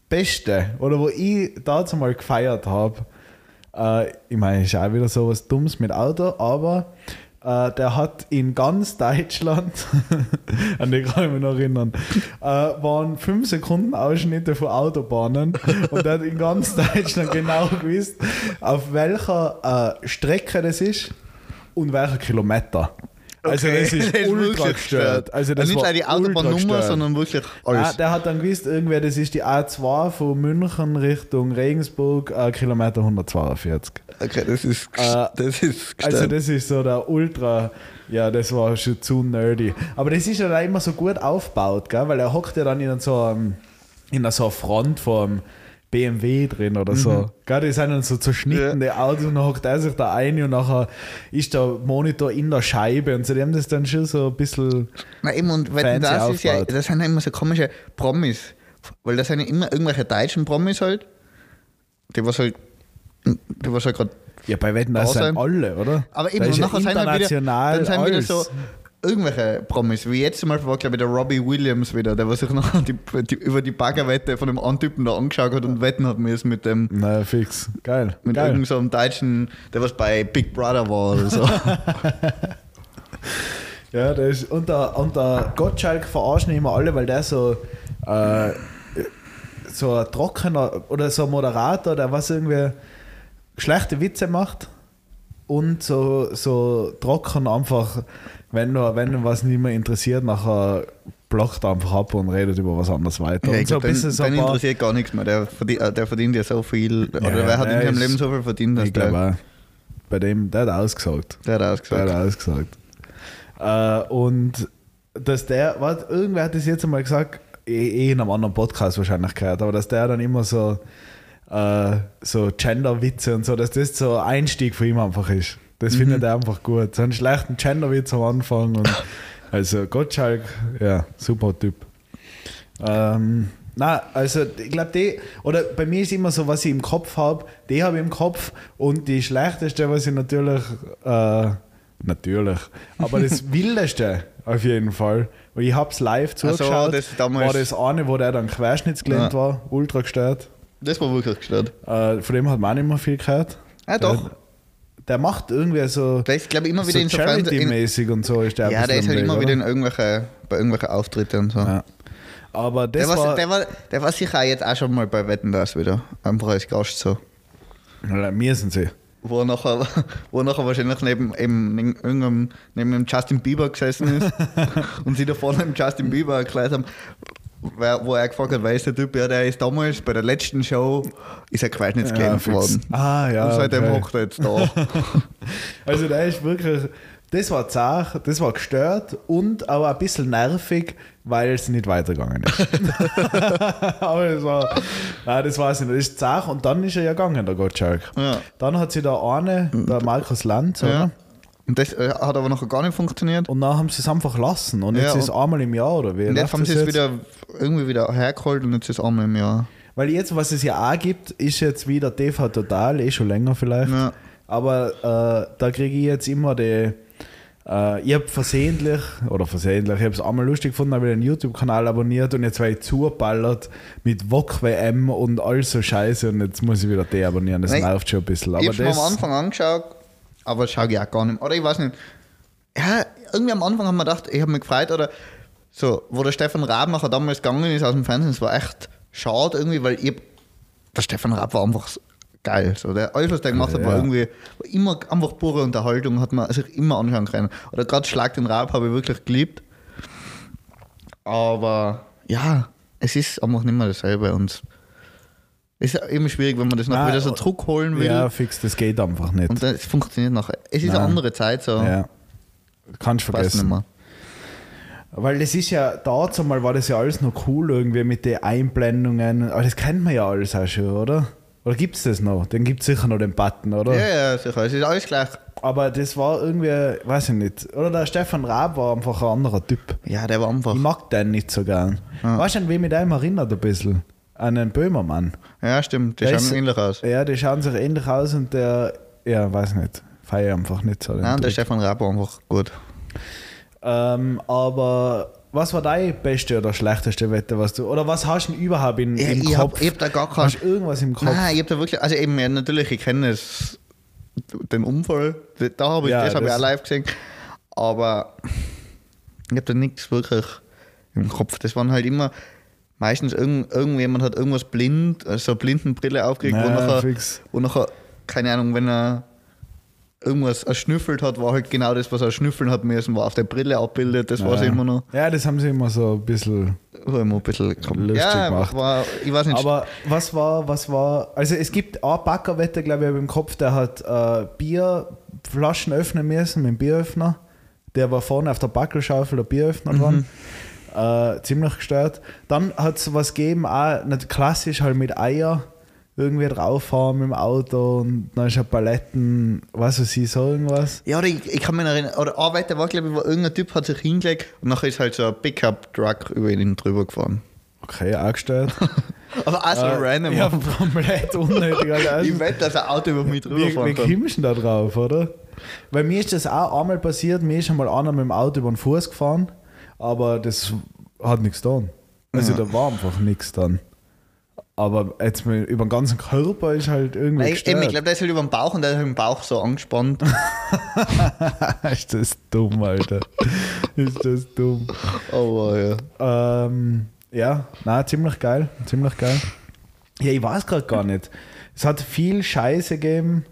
[SPEAKER 2] Beste oder wo ich dazu mal gefeiert habe, äh, ich meine, ist auch wieder sowas Dummes mit Auto, aber Äh, der hat in ganz Deutschland, an den kann ich mich noch erinnern, äh, waren 5 Sekunden Ausschnitte von Autobahnen und der hat in ganz Deutschland genau gewusst, auf welcher äh, Strecke das ist und welcher Kilometer. Also
[SPEAKER 1] Okay,
[SPEAKER 2] das ist, ultra
[SPEAKER 1] wirklich
[SPEAKER 2] gestört. Also das
[SPEAKER 1] nicht
[SPEAKER 2] war
[SPEAKER 1] gleich die
[SPEAKER 2] ultra
[SPEAKER 1] Autobahnnummer,
[SPEAKER 2] gestört.
[SPEAKER 1] sondern wirklich
[SPEAKER 2] Ah,
[SPEAKER 1] alles.
[SPEAKER 2] der hat dann gewusst, irgendwer, das ist die A2 von München Richtung Regensburg, äh, Kilometer 142.
[SPEAKER 1] okay, das ist,
[SPEAKER 2] Ah,
[SPEAKER 1] gest- das ist gestört.
[SPEAKER 2] Also das ist so der Ultra, ja, das war schon zu nerdy. Aber das ist ja dann immer so gut aufgebaut, gell? weil er hockt ja dann in so einem, in so einer Front vom BMW drin oder so.
[SPEAKER 1] Mhm.
[SPEAKER 2] Gell? Die sind dann so zerschnittene Autos und dann hockt er sich da ein und nachher ist der Monitor in der Scheibe und so, die haben das dann schon so ein bisschen...
[SPEAKER 1] Na eben, und weil
[SPEAKER 2] Fancy
[SPEAKER 1] das ist ja,
[SPEAKER 2] aufgebaut.
[SPEAKER 1] das sind ja immer so komische Promis. Weil das sind ja immer irgendwelche deutschen Promis halt, die was halt, die was halt gerade.
[SPEAKER 2] Ja, bei Wetten,
[SPEAKER 1] Da
[SPEAKER 2] das sind
[SPEAKER 1] sein.
[SPEAKER 2] alle, oder?
[SPEAKER 1] Aber eben,
[SPEAKER 2] Da ist
[SPEAKER 1] und
[SPEAKER 2] ja
[SPEAKER 1] nachher sind halt wieder,
[SPEAKER 2] international
[SPEAKER 1] dann sind wieder
[SPEAKER 2] alles.
[SPEAKER 1] so irgendwelche Promis. Wie jetzt zum Beispiel war, glaube ich, der Robbie Williams wieder, der was sich nachher die, die, über die Baggerwette von dem anderen Typen da angeschaut hat und wetten hat müssen mit dem.
[SPEAKER 2] Na, fix. Geil.
[SPEAKER 1] Mit
[SPEAKER 2] Geil.
[SPEAKER 1] irgendeinem so einem Deutschen, der was bei Big Brother war oder so.
[SPEAKER 2] Ja, der ist, und, der, und der Gottschalk verarschen immer alle, weil der so, äh, so ein trockener oder so ein Moderator, der was irgendwie schlechte Witze macht und so, so trocken einfach, wenn, nur- wenn ihn was nicht mehr interessiert, nachher blockt er einfach ab und redet über was anderes weiter.
[SPEAKER 1] Ja,
[SPEAKER 2] und
[SPEAKER 1] ich
[SPEAKER 2] so
[SPEAKER 1] glaub,
[SPEAKER 2] ein bisschen
[SPEAKER 1] den,
[SPEAKER 2] so
[SPEAKER 1] den
[SPEAKER 2] ein paar,
[SPEAKER 1] interessiert gar nichts mehr. Der verdient, äh, der verdient ja so viel. oder wer hat in
[SPEAKER 2] der
[SPEAKER 1] seinem
[SPEAKER 2] ist-
[SPEAKER 1] Leben so viel verdient, dass
[SPEAKER 2] ich glaube
[SPEAKER 1] der,
[SPEAKER 2] auch, bei dem, der hat ausgesagt.
[SPEAKER 1] der hat
[SPEAKER 2] Der
[SPEAKER 1] ausgesagt.
[SPEAKER 2] hat alles gesagt. Äh, und dass der, was, irgendwer hat das jetzt einmal gesagt, eh, eh in einem anderen Podcast wahrscheinlich gehört, aber dass der dann immer so, äh, so Gender-Witze und so, dass das so ein Einstieg für ihn einfach ist. Das findet er einfach gut. So einen schlechten Gender-Witz am Anfang. Und, also Gottschalk, ja, super Typ. Ähm, na, also ich glaube, die, oder bei mir ist immer so, was ich im Kopf habe, die habe ich im Kopf und die schlechteste, was ich natürlich, äh, natürlich, aber das wildeste auf jeden Fall, weil ich habe es live
[SPEAKER 1] so,
[SPEAKER 2] zugeschaut,
[SPEAKER 1] das damals-
[SPEAKER 2] war das eine, wo der dann querschnittsgelähmt
[SPEAKER 1] Ja.
[SPEAKER 2] war, ultra gestört.
[SPEAKER 1] Das war wirklich gestört.
[SPEAKER 2] Äh, von dem hat man auch nicht mehr viel gehört.
[SPEAKER 1] Ah, doch.
[SPEAKER 2] Der, der macht irgendwie so,
[SPEAKER 1] Der ist, glaube ich, immer wieder
[SPEAKER 2] so
[SPEAKER 1] in so Fernseh- in,
[SPEAKER 2] Charity-mäßig und so ist der ein
[SPEAKER 1] Ja, der
[SPEAKER 2] bisschen
[SPEAKER 1] ist halt
[SPEAKER 2] am
[SPEAKER 1] immer
[SPEAKER 2] Weg,
[SPEAKER 1] wieder
[SPEAKER 2] oder?
[SPEAKER 1] in irgendwelche, bei irgendwelchen Auftritten und so.
[SPEAKER 2] ja. Aber das
[SPEAKER 1] Der war,
[SPEAKER 2] war,
[SPEAKER 1] der, war, der war sicher auch jetzt auch schon mal bei Wetten das wieder. Einfach als Gast so.
[SPEAKER 2] Na, eh. mir sind sie.
[SPEAKER 1] Wo er nachher, wo er nachher wahrscheinlich neben, eben, neben, irgendeinem, neben dem Justin Bieber gesessen ist und sie da vorne dem Justin Bieber erklärt haben, wer, wo er gefragt hat, wer ist der Typ? Ja, der ist damals bei der letzten Show, ist er querschnittsgelähmt
[SPEAKER 2] fix.
[SPEAKER 1] worden.
[SPEAKER 2] Ah, ja.
[SPEAKER 1] und seitdem
[SPEAKER 2] okay.
[SPEAKER 1] hockt er jetzt da.
[SPEAKER 2] Also der ist wirklich, das war zart, das war gestört und aber ein bisschen nervig, weil es nicht weitergegangen ist. aber das war, nein, das weiß ich nicht, das ist zart und dann ist er ja gegangen, der Gottschalk.
[SPEAKER 1] Ja.
[SPEAKER 2] Dann hat sie da eine, der Markus Lanz, oder?
[SPEAKER 1] ja. Und das äh, hat aber nachher gar nicht funktioniert.
[SPEAKER 2] Und dann haben sie es einfach lassen und jetzt
[SPEAKER 1] Ja,
[SPEAKER 2] ist es einmal im Jahr oder wie?
[SPEAKER 1] Und jetzt
[SPEAKER 2] Läuft
[SPEAKER 1] haben sie
[SPEAKER 2] das
[SPEAKER 1] es wieder irgendwie wieder hergeholt und jetzt ist es einmal im Jahr.
[SPEAKER 2] Weil jetzt, was es ja auch gibt, ist jetzt wieder TV Total, eh schon länger vielleicht.
[SPEAKER 1] Ja.
[SPEAKER 2] Aber äh, da kriege ich jetzt immer die. Äh, ich habe versehentlich, oder versehentlich, ich habe es einmal lustig gefunden, habe ich den YouTube-Kanal abonniert und jetzt war ich zugeballert mit Wok WM und all so Scheiße und jetzt muss ich wieder deabonnieren. Das
[SPEAKER 1] Nein,
[SPEAKER 2] nervt schon ein bisschen. Aber
[SPEAKER 1] ich habe
[SPEAKER 2] das,
[SPEAKER 1] am Anfang angeschaut, aber das schaue ich auch gar nicht mehr. Oder ich weiß nicht. Ja, irgendwie am Anfang haben wir gedacht, ich habe mich gefreut, oder so, wo der Stefan Raab nachher damals gegangen ist aus dem Fernsehen, das war echt schade irgendwie, weil ich, der Stefan Raab war einfach s- geil. So. Der, alles, was der gemacht hat, war
[SPEAKER 2] Ja.
[SPEAKER 1] irgendwie war immer einfach pure Unterhaltung, hat man sich immer anschauen können. Oder gerade Schlag den Raab habe ich wirklich geliebt. Aber ja, es ist einfach nicht mehr dasselbe und es ist eben schwierig, wenn man das nachher
[SPEAKER 2] Nein,
[SPEAKER 1] wieder so
[SPEAKER 2] und-
[SPEAKER 1] zurückholen will.
[SPEAKER 2] ja, fix, das geht einfach nicht.
[SPEAKER 1] Und das funktioniert nachher. Es ist eine
[SPEAKER 2] Nein.
[SPEAKER 1] andere Zeit, so
[SPEAKER 2] ja. Kannst
[SPEAKER 1] weiß
[SPEAKER 2] vergessen.
[SPEAKER 1] nicht mehr.
[SPEAKER 2] Weil das ist ja, da zumal war das ja alles noch cool irgendwie mit den Einblendungen. Aber das kennt man ja alles auch schon, oder? Oder gibt es das noch? Dann gibt es sicher noch den Button, oder?
[SPEAKER 1] Ja, ja, sicher. Es ist alles gleich.
[SPEAKER 2] Aber das war irgendwie, weiß ich nicht. Oder der Stefan Raab war einfach ein anderer Typ.
[SPEAKER 1] Ja, der war einfach.
[SPEAKER 2] Ich mag den nicht so gern.
[SPEAKER 1] Ah.
[SPEAKER 2] Weißt du, an wen mich der immer erinnert ein bisschen? An einen Böhmermann.
[SPEAKER 1] Ja, stimmt. Die
[SPEAKER 2] Der
[SPEAKER 1] schauen
[SPEAKER 2] ist-
[SPEAKER 1] ähnlich aus.
[SPEAKER 2] Ja, die schauen sich ähnlich aus und der, ja, weiß nicht. Feier einfach nicht so. den
[SPEAKER 1] Nein, der
[SPEAKER 2] Typ.
[SPEAKER 1] Stefan Raab war einfach gut.
[SPEAKER 2] Ähm, aber was war dein beste oder schlechteste Wetter, was du. Oder was hast du denn überhaupt in,
[SPEAKER 1] Ja,
[SPEAKER 2] im
[SPEAKER 1] ich
[SPEAKER 2] Kopf?
[SPEAKER 1] habe hab da gar keinen.
[SPEAKER 2] Hast du irgendwas im Kopf?
[SPEAKER 1] Nein, ich habe da wirklich. Also, eben, ja, natürlich, ich kenne das den Unfall, da habe ich,
[SPEAKER 2] Ja,
[SPEAKER 1] das habe ich
[SPEAKER 2] das-
[SPEAKER 1] auch live gesehen. Aber ich habe da nichts wirklich im Kopf. Das waren halt immer meistens irgend, irgendjemand hat irgendwas blind, also Blindenbrille aufgelegt, wo,
[SPEAKER 2] Ja,
[SPEAKER 1] nachher,
[SPEAKER 2] fix.
[SPEAKER 1] wo nachher, keine Ahnung, wenn er irgendwas erschnüffelt hat, war halt genau das, was er schnüffeln hat müssen, war auf der Brille abbildet, das war es
[SPEAKER 2] ja.
[SPEAKER 1] immer noch.
[SPEAKER 2] Ja, das haben sie immer so ein bisschen.
[SPEAKER 1] War immer ein bisschen
[SPEAKER 2] Lustig gemacht.
[SPEAKER 1] War, ich weiß nicht,
[SPEAKER 2] Aber was war, was war, also es gibt einen Backerwetter, glaube ich, habe ich im Kopf, der hat äh, Bierflaschen öffnen müssen mit dem Bieröffner. Der war vorne auf der Backelschaufel der Bieröffner
[SPEAKER 1] Mhm.
[SPEAKER 2] dran. Äh, ziemlich gestört. Dann hat es was gegeben, auch nicht klassisch halt mit Eier irgendwie draufhauen im Auto und dann ist ja Paletten, was weiß ich, so irgendwas.
[SPEAKER 1] Ja, oder ich, ich kann mich noch erinnern, oder Arbeiter war, glaube ich, wo irgendein Typ hat sich hingelegt und nachher ist halt so ein Pickup-Truck über ihn drüber gefahren.
[SPEAKER 2] Okay, auch gestört.
[SPEAKER 1] Aber auch so
[SPEAKER 2] Äh,
[SPEAKER 1] random.
[SPEAKER 2] Ja, komplett unnötig. Alter. Also,
[SPEAKER 1] Ich wette, dass ein Auto über mich drüber
[SPEAKER 2] Wir,
[SPEAKER 1] fahren
[SPEAKER 2] wir
[SPEAKER 1] kann.
[SPEAKER 2] kimschen da drauf, oder? Weil mir ist das auch einmal passiert, mir ist einmal einer mit dem Auto über den Fuß gefahren, aber das hat nichts getan. Also da war einfach nichts dann. Aber jetzt mit, über den ganzen Körper ist halt irgendwie
[SPEAKER 1] Nein, eben,
[SPEAKER 2] gestört.
[SPEAKER 1] ich glaube, der ist halt über den Bauch und der hat den Bauch so angespannt.
[SPEAKER 2] ist das dumm, Alter. ist das dumm.
[SPEAKER 1] Aber ja.
[SPEAKER 2] Ähm, ja, na ziemlich geil, ziemlich geil. Ja, ich weiß gerade gar nicht. Es hat viel Scheiße gegeben.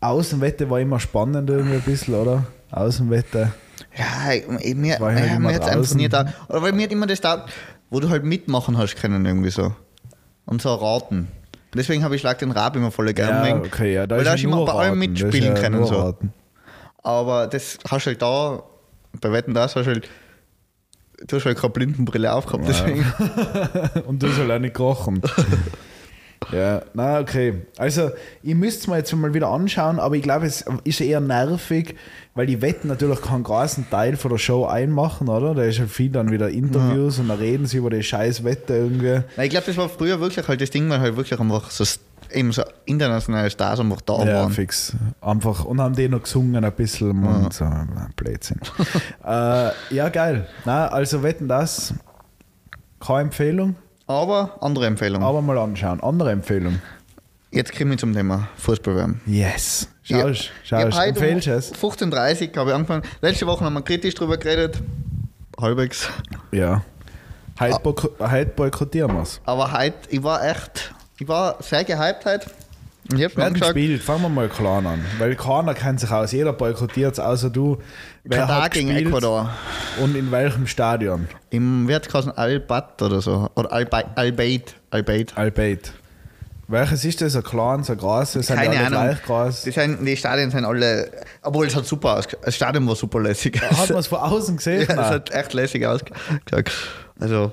[SPEAKER 2] Außenwetter war immer spannend irgendwie ein bisschen, oder? Außenwetter.
[SPEAKER 1] Ja, ich, ich, mir,
[SPEAKER 2] War halt
[SPEAKER 1] ja,
[SPEAKER 2] immer
[SPEAKER 1] mir hat es einfach
[SPEAKER 2] draußen.
[SPEAKER 1] nie da. Oder weil mir hat immer das da, wo du halt mitmachen hast können, irgendwie so. Und so raten. Deswegen habe ich Schlag den Rab immer voll gern. wegen- weil da hast du immer bei allem mitspielen können. So. Aber das hast du halt da, bei Wetten das hast du halt, du hast halt keine Blindenbrille aufgehabt, deswegen.
[SPEAKER 2] Und du soll auch nicht kochen. ja, na okay. Also, ich müsste es mir jetzt mal wieder anschauen, aber ich glaube, es ist eher nervig, weil die Wetten natürlich keinen großen Teil von der Show einmachen, oder? Da ist halt viel dann wieder Interviews und da reden sie über die scheiß Wette irgendwie.
[SPEAKER 1] Nein, ich glaube, das war früher wirklich halt das Ding, weil halt wirklich einfach so, eben so internationale Stars einfach da
[SPEAKER 2] ja,
[SPEAKER 1] waren.
[SPEAKER 2] fix. Einfach. Und haben die noch gesungen ein bisschen und so. Blödsinn. äh, ja, geil. Na, also wetten das. Keine Empfehlung,
[SPEAKER 1] Aber andere Empfehlung.
[SPEAKER 2] aber mal anschauen. Andere Empfehlung.
[SPEAKER 1] Jetzt komme ich zum Thema Fußballwärmen.
[SPEAKER 2] Yes. Schaust, schaust. Empfehlst du es?
[SPEAKER 1] 15.30 Uhr habe ich angefangen. Letzte Woche haben wir kritisch drüber geredet. Halbwegs.
[SPEAKER 2] Ja. Heute, boyko heute boykottieren wir es.
[SPEAKER 1] Aber heute, ich war echt, ich war sehr gehypt heute. Und Ich habe mir
[SPEAKER 2] Wer hat
[SPEAKER 1] angeschaut,
[SPEAKER 2] gespielt? Fangen wir mal klein an. Weil keiner kennt sich aus. Jeder boykottiert es, außer du. Wer
[SPEAKER 1] Katar
[SPEAKER 2] hat
[SPEAKER 1] gegen
[SPEAKER 2] gespielt
[SPEAKER 1] Ecuador.
[SPEAKER 2] Und in welchem Stadion?
[SPEAKER 1] Im Wertkassen Albat oder so. Oder Alba- Albeit. Albeit.
[SPEAKER 2] Albeit. Welches ist das? Ein kleines, ein großes? Sind die
[SPEAKER 1] Keine
[SPEAKER 2] alle
[SPEAKER 1] Ahnung.
[SPEAKER 2] gleich groß?
[SPEAKER 1] Die, sind, die Stadien sind alle. Obwohl es hat super ausgeschaut. Das Stadion war super lässig.
[SPEAKER 2] Hat man es von außen
[SPEAKER 1] ja,
[SPEAKER 2] gesehen?
[SPEAKER 1] es hat echt lässig ausgeschaut. Also,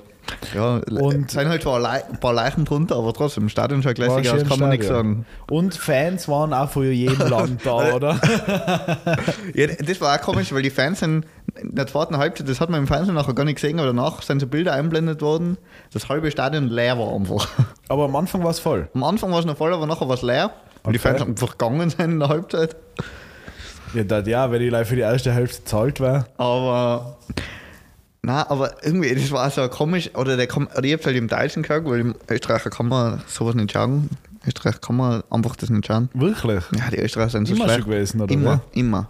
[SPEAKER 1] ja,
[SPEAKER 2] Und-
[SPEAKER 1] und sind halt zwar Lei- ein paar Leichen drunter, aber trotzdem, das Stadion schaut
[SPEAKER 2] War ein
[SPEAKER 1] lässig aus,
[SPEAKER 2] schönes
[SPEAKER 1] kann man nichts
[SPEAKER 2] Stadion.
[SPEAKER 1] sagen.
[SPEAKER 2] Und Fans waren auch von jedem Land da, oder?
[SPEAKER 1] Ja, das war auch komisch, weil die Fans sind in der zweiten Halbzeit, das hat man im Fernsehen nachher gar nicht gesehen, aber danach sind so Bilder einblendet worden, das halbe Stadion leer war einfach.
[SPEAKER 2] Aber am Anfang war es voll.
[SPEAKER 1] Am Anfang war es noch voll, aber nachher war es leer. Und die
[SPEAKER 2] Okay.
[SPEAKER 1] Fans sind einfach gegangen sind in der Halbzeit.
[SPEAKER 2] Ich dachte, ja, wenn ich gleich für die erste Hälfte zahlt wäre.
[SPEAKER 1] Aber. Nein, aber irgendwie, das war so komisch. Oder, der, Kom- oder ich hab's halt im Deutschen gehört, weil im Österreicher kann man sowas nicht schauen. In Österreich kann man einfach das nicht schauen.
[SPEAKER 2] Wirklich?
[SPEAKER 1] Ja, die Österreicher sind so
[SPEAKER 2] Immer
[SPEAKER 1] schlecht.
[SPEAKER 2] schon gewesen, oder
[SPEAKER 1] Immer,
[SPEAKER 2] was?
[SPEAKER 1] immer.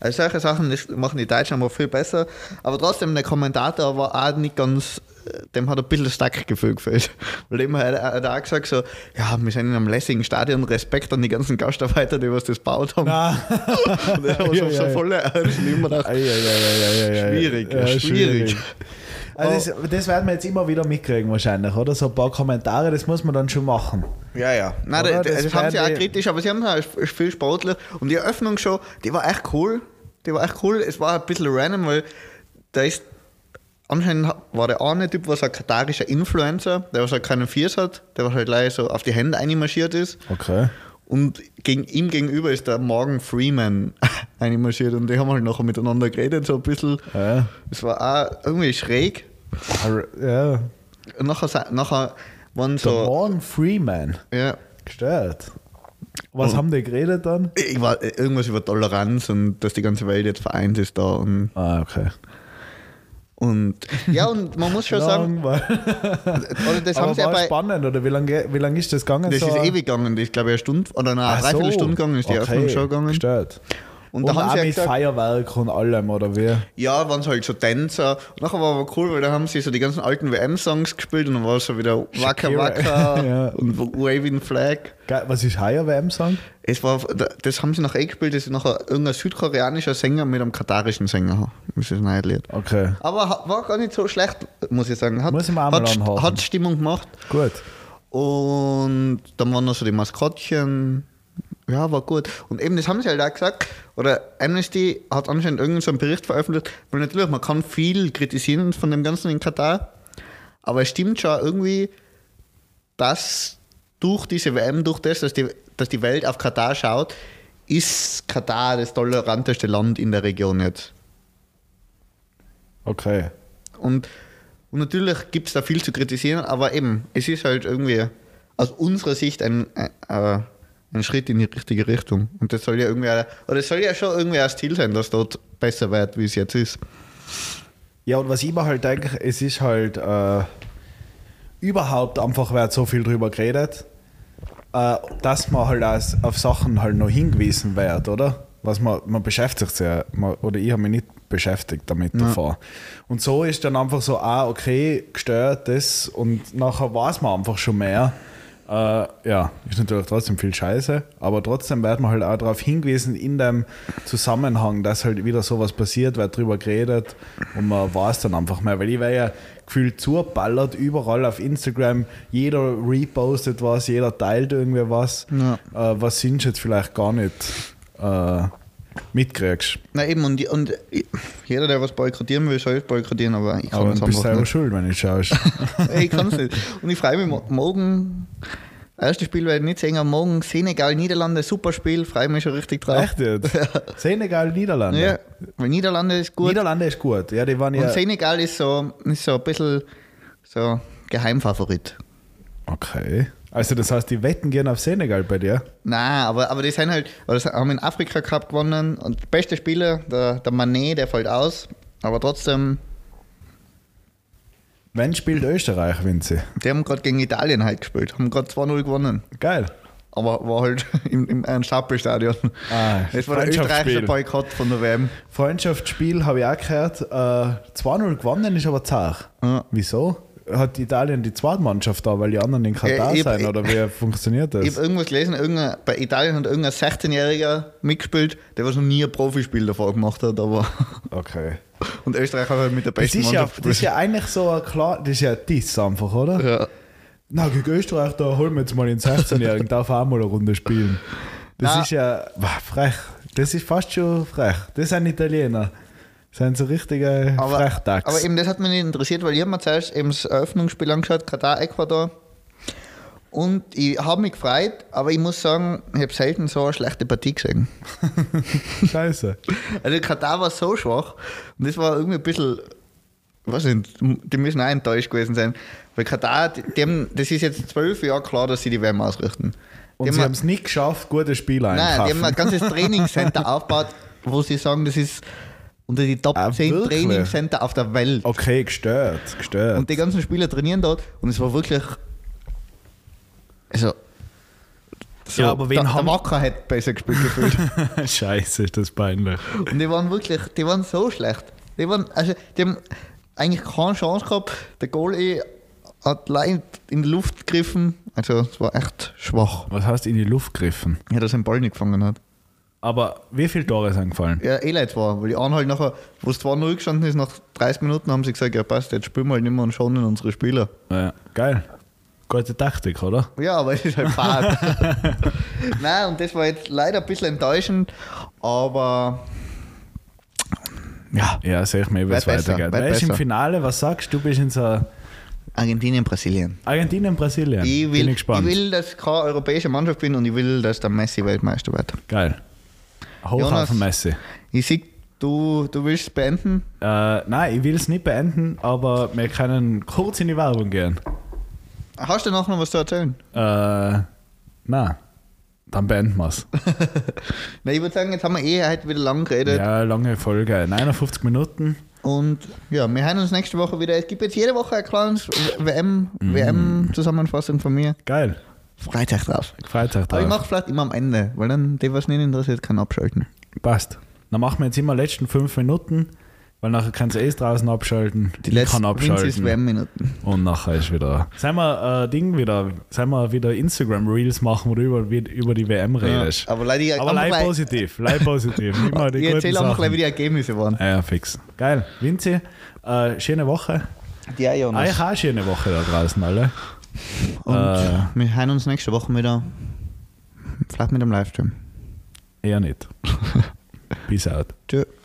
[SPEAKER 1] Also solche Sachen das machen die Deutschen aber viel besser. Aber trotzdem, der Kommentator war auch nicht ganz, äh, dem hat ein bisschen stark Gefühl gefällt. Weil dem hat er hat er auch gesagt so, ja, wir sind in einem lässigen Stadion, Respekt an die ganzen Gastarbeiter, die was das gebaut haben.
[SPEAKER 2] Ah.
[SPEAKER 1] Und der war so,
[SPEAKER 2] Ja,
[SPEAKER 1] so
[SPEAKER 2] ja.
[SPEAKER 1] voll äh, ernst. Und ich hab mir gedacht,
[SPEAKER 2] Ei, ei, ei, ei, ei, ei, ei.
[SPEAKER 1] Schwierig,
[SPEAKER 2] Ja,
[SPEAKER 1] schwierig.
[SPEAKER 2] Also das, das werden wir jetzt immer wieder mitkriegen wahrscheinlich, oder? So ein paar Kommentare, das muss man dann schon machen.
[SPEAKER 1] Ja, ja. Nein,
[SPEAKER 2] Oder?
[SPEAKER 1] das,
[SPEAKER 2] Das
[SPEAKER 1] das, also, haben sie
[SPEAKER 2] wär
[SPEAKER 1] auch
[SPEAKER 2] die-
[SPEAKER 1] kritisch, aber sie haben auch viel sportlich. Und die Eröffnung schon, die war echt cool. Die war echt cool. Es war ein bisschen random, weil da ist. Anscheinend war der eine Typ, was ein katarischer Influencer, der was halt keinen Fiers hat, der was halt gleich so auf die Hände einmarschiert ist.
[SPEAKER 2] Okay.
[SPEAKER 1] Und gegen, ihm gegenüber ist der Morgan Freeman einmarschiert und die haben halt nachher miteinander geredet, so ein bisschen.
[SPEAKER 2] Ja.
[SPEAKER 1] Es war auch irgendwie schräg.
[SPEAKER 2] Ah, ja.
[SPEAKER 1] Und nachher, sa- nachher waren
[SPEAKER 2] Der
[SPEAKER 1] so.
[SPEAKER 2] Morgan Freeman.
[SPEAKER 1] Ja,
[SPEAKER 2] Gestört. Was
[SPEAKER 1] Oh.
[SPEAKER 2] haben die geredet dann?
[SPEAKER 1] Ich war äh, irgendwas über Toleranz und dass die ganze Welt jetzt vereint ist da. Und
[SPEAKER 2] Ah, okay.
[SPEAKER 1] Und ja, und man muss schon sagen,
[SPEAKER 2] Langweilig.
[SPEAKER 1] oder das haben
[SPEAKER 2] Genau. Aber
[SPEAKER 1] sie ja
[SPEAKER 2] war
[SPEAKER 1] bei.
[SPEAKER 2] spannend, oder? Wie lange wie lang ist das gegangen?
[SPEAKER 1] Das
[SPEAKER 2] so
[SPEAKER 1] ist
[SPEAKER 2] ein-
[SPEAKER 1] ewig gegangen, das ist glaube ich eine Stunde oder eine
[SPEAKER 2] Ach so.
[SPEAKER 1] Dreiviertelstunde gegangen, ist die
[SPEAKER 2] Okay,
[SPEAKER 1] Eröffnung schon gegangen.
[SPEAKER 2] Gestört.
[SPEAKER 1] Und, da haben
[SPEAKER 2] auch
[SPEAKER 1] sie ja
[SPEAKER 2] mit
[SPEAKER 1] gesagt,
[SPEAKER 2] Feuerwerk und allem, oder wie?
[SPEAKER 1] ja, waren es halt so Tänzer. Und nachher war aber cool, weil da haben sie so die ganzen alten WM-Songs gespielt und dann war es so wieder Waka
[SPEAKER 2] Shakira.
[SPEAKER 1] Waka
[SPEAKER 2] Ja.
[SPEAKER 1] und Waving Flag.
[SPEAKER 2] Geil, Was ist heuer WM-Song?
[SPEAKER 1] Es war, das haben sie nachher eh gespielt, das ist nachher irgendein südkoreanischer Sänger mit einem katarischen Sänger. Das ist ein Lied.
[SPEAKER 2] Okay,
[SPEAKER 1] Aber ha- war gar nicht so schlecht, muss ich sagen. Hat,
[SPEAKER 2] Muss ich mir auch mal
[SPEAKER 1] hat, St-
[SPEAKER 2] anhören.
[SPEAKER 1] hat Stimmung gemacht.
[SPEAKER 2] gut.
[SPEAKER 1] Und dann waren noch so die Maskottchen. Ja, war gut. Und eben, das haben sie halt auch gesagt. Oder Amnesty hat anscheinend irgendeinen so einen Bericht veröffentlicht. Weil natürlich, man kann viel kritisieren von dem Ganzen in Katar. Aber es stimmt schon irgendwie, dass durch diese WM, durch das, dass die, dass die Welt auf Katar schaut, ist Katar das toleranteste Land in der Region jetzt.
[SPEAKER 2] Okay.
[SPEAKER 1] Und, und natürlich gibt es da viel zu kritisieren, aber eben, es ist halt irgendwie aus unserer Sicht ein, ein, äh, ein Schritt in die richtige Richtung. Und das soll ja irgendwie, oder es soll ja schon irgendwie ein Stil sein, dass dort besser wird, wie es jetzt ist.
[SPEAKER 2] Ja, und was ich mir halt denke, es ist halt äh, überhaupt einfach, wird so viel drüber geredet, äh, dass man halt auch auf Sachen halt noch hingewiesen wird, oder? Was man, man beschäftigt sich ja, man, oder ich habe mich nicht beschäftigt damit davor. Und so ist dann einfach so, ah, okay, gestört das und nachher weiß man einfach schon mehr. Äh, ja, ist natürlich trotzdem viel Scheiße, aber trotzdem wird man halt auch darauf hingewiesen in dem Zusammenhang, dass halt wieder sowas passiert, wird drüber geredet und man weiß dann einfach mehr, weil ich wäre ja gefühlt zurballert, überall auf Instagram, jeder repostet was, jeder teilt irgendwie was, äh, was sind jetzt vielleicht gar nicht äh, mitkriegst.
[SPEAKER 1] Na eben, und, und jeder, der was boykottieren will, soll es boykottieren, aber ich kann
[SPEAKER 2] Aber
[SPEAKER 1] es
[SPEAKER 2] du bist
[SPEAKER 1] einfach
[SPEAKER 2] selber
[SPEAKER 1] nicht.
[SPEAKER 2] schuld, wenn du schaust.
[SPEAKER 1] Ich kann es nicht. Und ich freue mich mo- morgen. Erstes Spiel werde ich nicht sehen, aber morgen Senegal, Niederlande, super Spiel, freue mich schon richtig drauf.
[SPEAKER 2] Echt jetzt? Senegal, Niederlande.
[SPEAKER 1] Ja, weil Niederlande ist gut.
[SPEAKER 2] Niederlande ist gut. Ja, die waren
[SPEAKER 1] Und
[SPEAKER 2] ja.
[SPEAKER 1] Senegal ist so, ist so ein bisschen so Geheimfavorit.
[SPEAKER 2] Okay. Also das heißt, die Wetten gehen auf Senegal bei dir.
[SPEAKER 1] Nein, aber, aber die sind halt, aber das haben in Afrika Cup gewonnen und der beste Spieler, der, der Manet, der fällt aus. Aber trotzdem,
[SPEAKER 2] Wenn spielt Österreich, Vinzi?
[SPEAKER 1] die haben gerade gegen Italien halt gespielt, haben gerade 2-0 gewonnen.
[SPEAKER 2] Geil.
[SPEAKER 1] Aber war halt im, im ein Stapelstadion.
[SPEAKER 2] Ah,
[SPEAKER 1] das war der
[SPEAKER 2] Freundschaftsspiel.
[SPEAKER 1] österreichische Boykott von der WM.
[SPEAKER 2] Freundschaftsspiel habe ich auch gehört. Äh, 2-0 gewonnen ist aber zart.
[SPEAKER 1] Ja.
[SPEAKER 2] Wieso? Hat Italien die zweite Mannschaft da, weil die anderen in Katar
[SPEAKER 1] Äh, ich-
[SPEAKER 2] sind?
[SPEAKER 1] ich-
[SPEAKER 2] Oder wie funktioniert
[SPEAKER 1] Ich habe
[SPEAKER 2] das?
[SPEAKER 1] irgendwas gelesen, irgendein, bei Italien hat irgendein 16-Jähriger mitgespielt, der was noch nie ein Profispiel davor gemacht hat. Aber
[SPEAKER 2] Okay.
[SPEAKER 1] und Österreich hat halt mit der
[SPEAKER 2] Das
[SPEAKER 1] besten
[SPEAKER 2] ist, ja,
[SPEAKER 1] Mannschaft
[SPEAKER 2] das ist ja eigentlich so ein klar, das ist ja ein Diss einfach, oder?
[SPEAKER 1] gespielt. Ja.
[SPEAKER 2] Na, gegen Österreich, da holen wir jetzt mal den 16-Jährigen, darf er auch mal eine Runde spielen. Das
[SPEAKER 1] Na.
[SPEAKER 2] ist ja wah, frech. Das ist fast schon frech. Das sind Italiener. Das sind so richtige
[SPEAKER 1] Aber,
[SPEAKER 2] Frechdachs.
[SPEAKER 1] aber eben das hat mich nicht interessiert, weil ich habe mir zuerst eben das Eröffnungsspiel angeschaut, Katar, Ecuador. Und ich habe mich gefreut, aber ich muss sagen, ich habe selten so eine schlechte Partie gesehen.
[SPEAKER 2] Scheiße.
[SPEAKER 1] Also Katar war so schwach und das war irgendwie ein bisschen, weiß nicht, die müssen auch enttäuscht gewesen sein. Weil Katar, die, die haben, das ist jetzt zwölf Jahre klar, dass sie die WM ausrichten.
[SPEAKER 2] Und
[SPEAKER 1] die
[SPEAKER 2] sie
[SPEAKER 1] haben-
[SPEAKER 2] haben es nicht geschafft, gute Spieler
[SPEAKER 1] Nein, die haben ein
[SPEAKER 2] einzukaufen.
[SPEAKER 1] ganzes Trainingscenter aufgebaut, wo sie sagen, das ist unter die Top
[SPEAKER 2] Ah,
[SPEAKER 1] 10
[SPEAKER 2] wirklich?
[SPEAKER 1] Trainingscenter auf der Welt.
[SPEAKER 2] Okay, gestört, gestört.
[SPEAKER 1] Und die ganzen Spieler trainieren dort und es war wirklich. Also. So,
[SPEAKER 2] Ja, aber wen
[SPEAKER 1] der,
[SPEAKER 2] haben-
[SPEAKER 1] der Wacker hätte besser gespielt gefühlt.
[SPEAKER 2] Scheiße, ist das peinlich.
[SPEAKER 1] und die waren wirklich, die waren so schlecht. Die waren, also, die haben eigentlich keine Chance gehabt. Der Goalie hat leicht in die Luft gegriffen. Also, es war echt schwach.
[SPEAKER 2] Was heißt in die Luft griffen?
[SPEAKER 1] Ja, dass er den Ball nicht gefangen hat.
[SPEAKER 2] Aber wie viele Tore sind gefallen?
[SPEAKER 1] Ja, eh leid war, weil die anderen halt nachher, wo es 2-0 gestanden ist, nach 30 Minuten haben sie gesagt, ja passt, jetzt spielen wir halt nicht mehr und schonen unsere Spieler.
[SPEAKER 2] Ja. Geil. Gute Taktik, oder?
[SPEAKER 1] Ja, aber es ist halt Fahrt. Nein, und das war jetzt leider ein bisschen enttäuschend, aber ja,
[SPEAKER 2] Ja, sehe ich mir, wie es
[SPEAKER 1] Wird besser,
[SPEAKER 2] weitergeht.
[SPEAKER 1] wird
[SPEAKER 2] Wer ist im
[SPEAKER 1] besser.
[SPEAKER 2] Finale? Was sagst du? Du bist in so
[SPEAKER 1] Argentinien, Brasilien.
[SPEAKER 2] Argentinien, Brasilien.
[SPEAKER 1] Ich
[SPEAKER 2] Bin
[SPEAKER 1] will,
[SPEAKER 2] ich
[SPEAKER 1] ich
[SPEAKER 2] gespannt.
[SPEAKER 1] will, dass keine europäische Mannschaft bin und ich will, dass der Messi Weltmeister wird.
[SPEAKER 2] Geil. Hoch
[SPEAKER 1] Jonas.
[SPEAKER 2] auf den Messi.
[SPEAKER 1] Ich sehe, du, du willst es beenden?
[SPEAKER 2] Äh, nein, ich will es nicht beenden, aber wir können kurz in die Werbung gehen.
[SPEAKER 1] Hast du noch noch was zu erzählen?
[SPEAKER 2] Äh, nein. Dann beenden wir es.
[SPEAKER 1] Na, ich würde sagen, jetzt haben wir eh heute wieder lang geredet.
[SPEAKER 2] Ja, lange Folge. 59 Minuten.
[SPEAKER 1] Und ja, wir hören uns nächste Woche wieder. Es gibt jetzt jede Woche ein kleines WM,
[SPEAKER 2] Mm.
[SPEAKER 1] WM-Zusammenfassung von mir.
[SPEAKER 2] Geil.
[SPEAKER 1] Freut euch drauf.
[SPEAKER 2] Freitag
[SPEAKER 1] Aber ich
[SPEAKER 2] drauf.
[SPEAKER 1] mache vielleicht immer am Ende, weil dann dem, was nicht interessiert, kann abschalten.
[SPEAKER 2] Passt. Dann machen wir jetzt immer die letzten 5 Minuten, weil nachher kannst du eh draußen abschalten.
[SPEAKER 1] Die
[SPEAKER 2] Ich
[SPEAKER 1] letzten
[SPEAKER 2] kann
[SPEAKER 1] winzig
[SPEAKER 2] abschalten.
[SPEAKER 1] WM-Minuten.
[SPEAKER 2] Und nachher ist wieder. Sollen wir äh, Ding wieder, sollen wir wieder Instagram Reels machen, wo du über, wie- über die WM redest?
[SPEAKER 1] Aber leider
[SPEAKER 2] Aber
[SPEAKER 1] einfach
[SPEAKER 2] leid
[SPEAKER 1] gleich-
[SPEAKER 2] positiv, leid positiv. Immer die
[SPEAKER 1] Ich
[SPEAKER 2] guten
[SPEAKER 1] erzähle einfach gleich, wie
[SPEAKER 2] Sachen.
[SPEAKER 1] die Ergebnisse waren.
[SPEAKER 2] Ja, ja, fix. Geil. Vinci, äh, schöne Woche.
[SPEAKER 1] Ja,
[SPEAKER 2] Eigentlich
[SPEAKER 1] Jonas.
[SPEAKER 2] auch schöne Woche da draußen, alle.
[SPEAKER 1] Und
[SPEAKER 2] Äh.
[SPEAKER 1] wir hören uns nächste Woche wieder. Vielleicht mit einem Livestream.
[SPEAKER 2] Eher nicht. Peace out.
[SPEAKER 1] Tschö.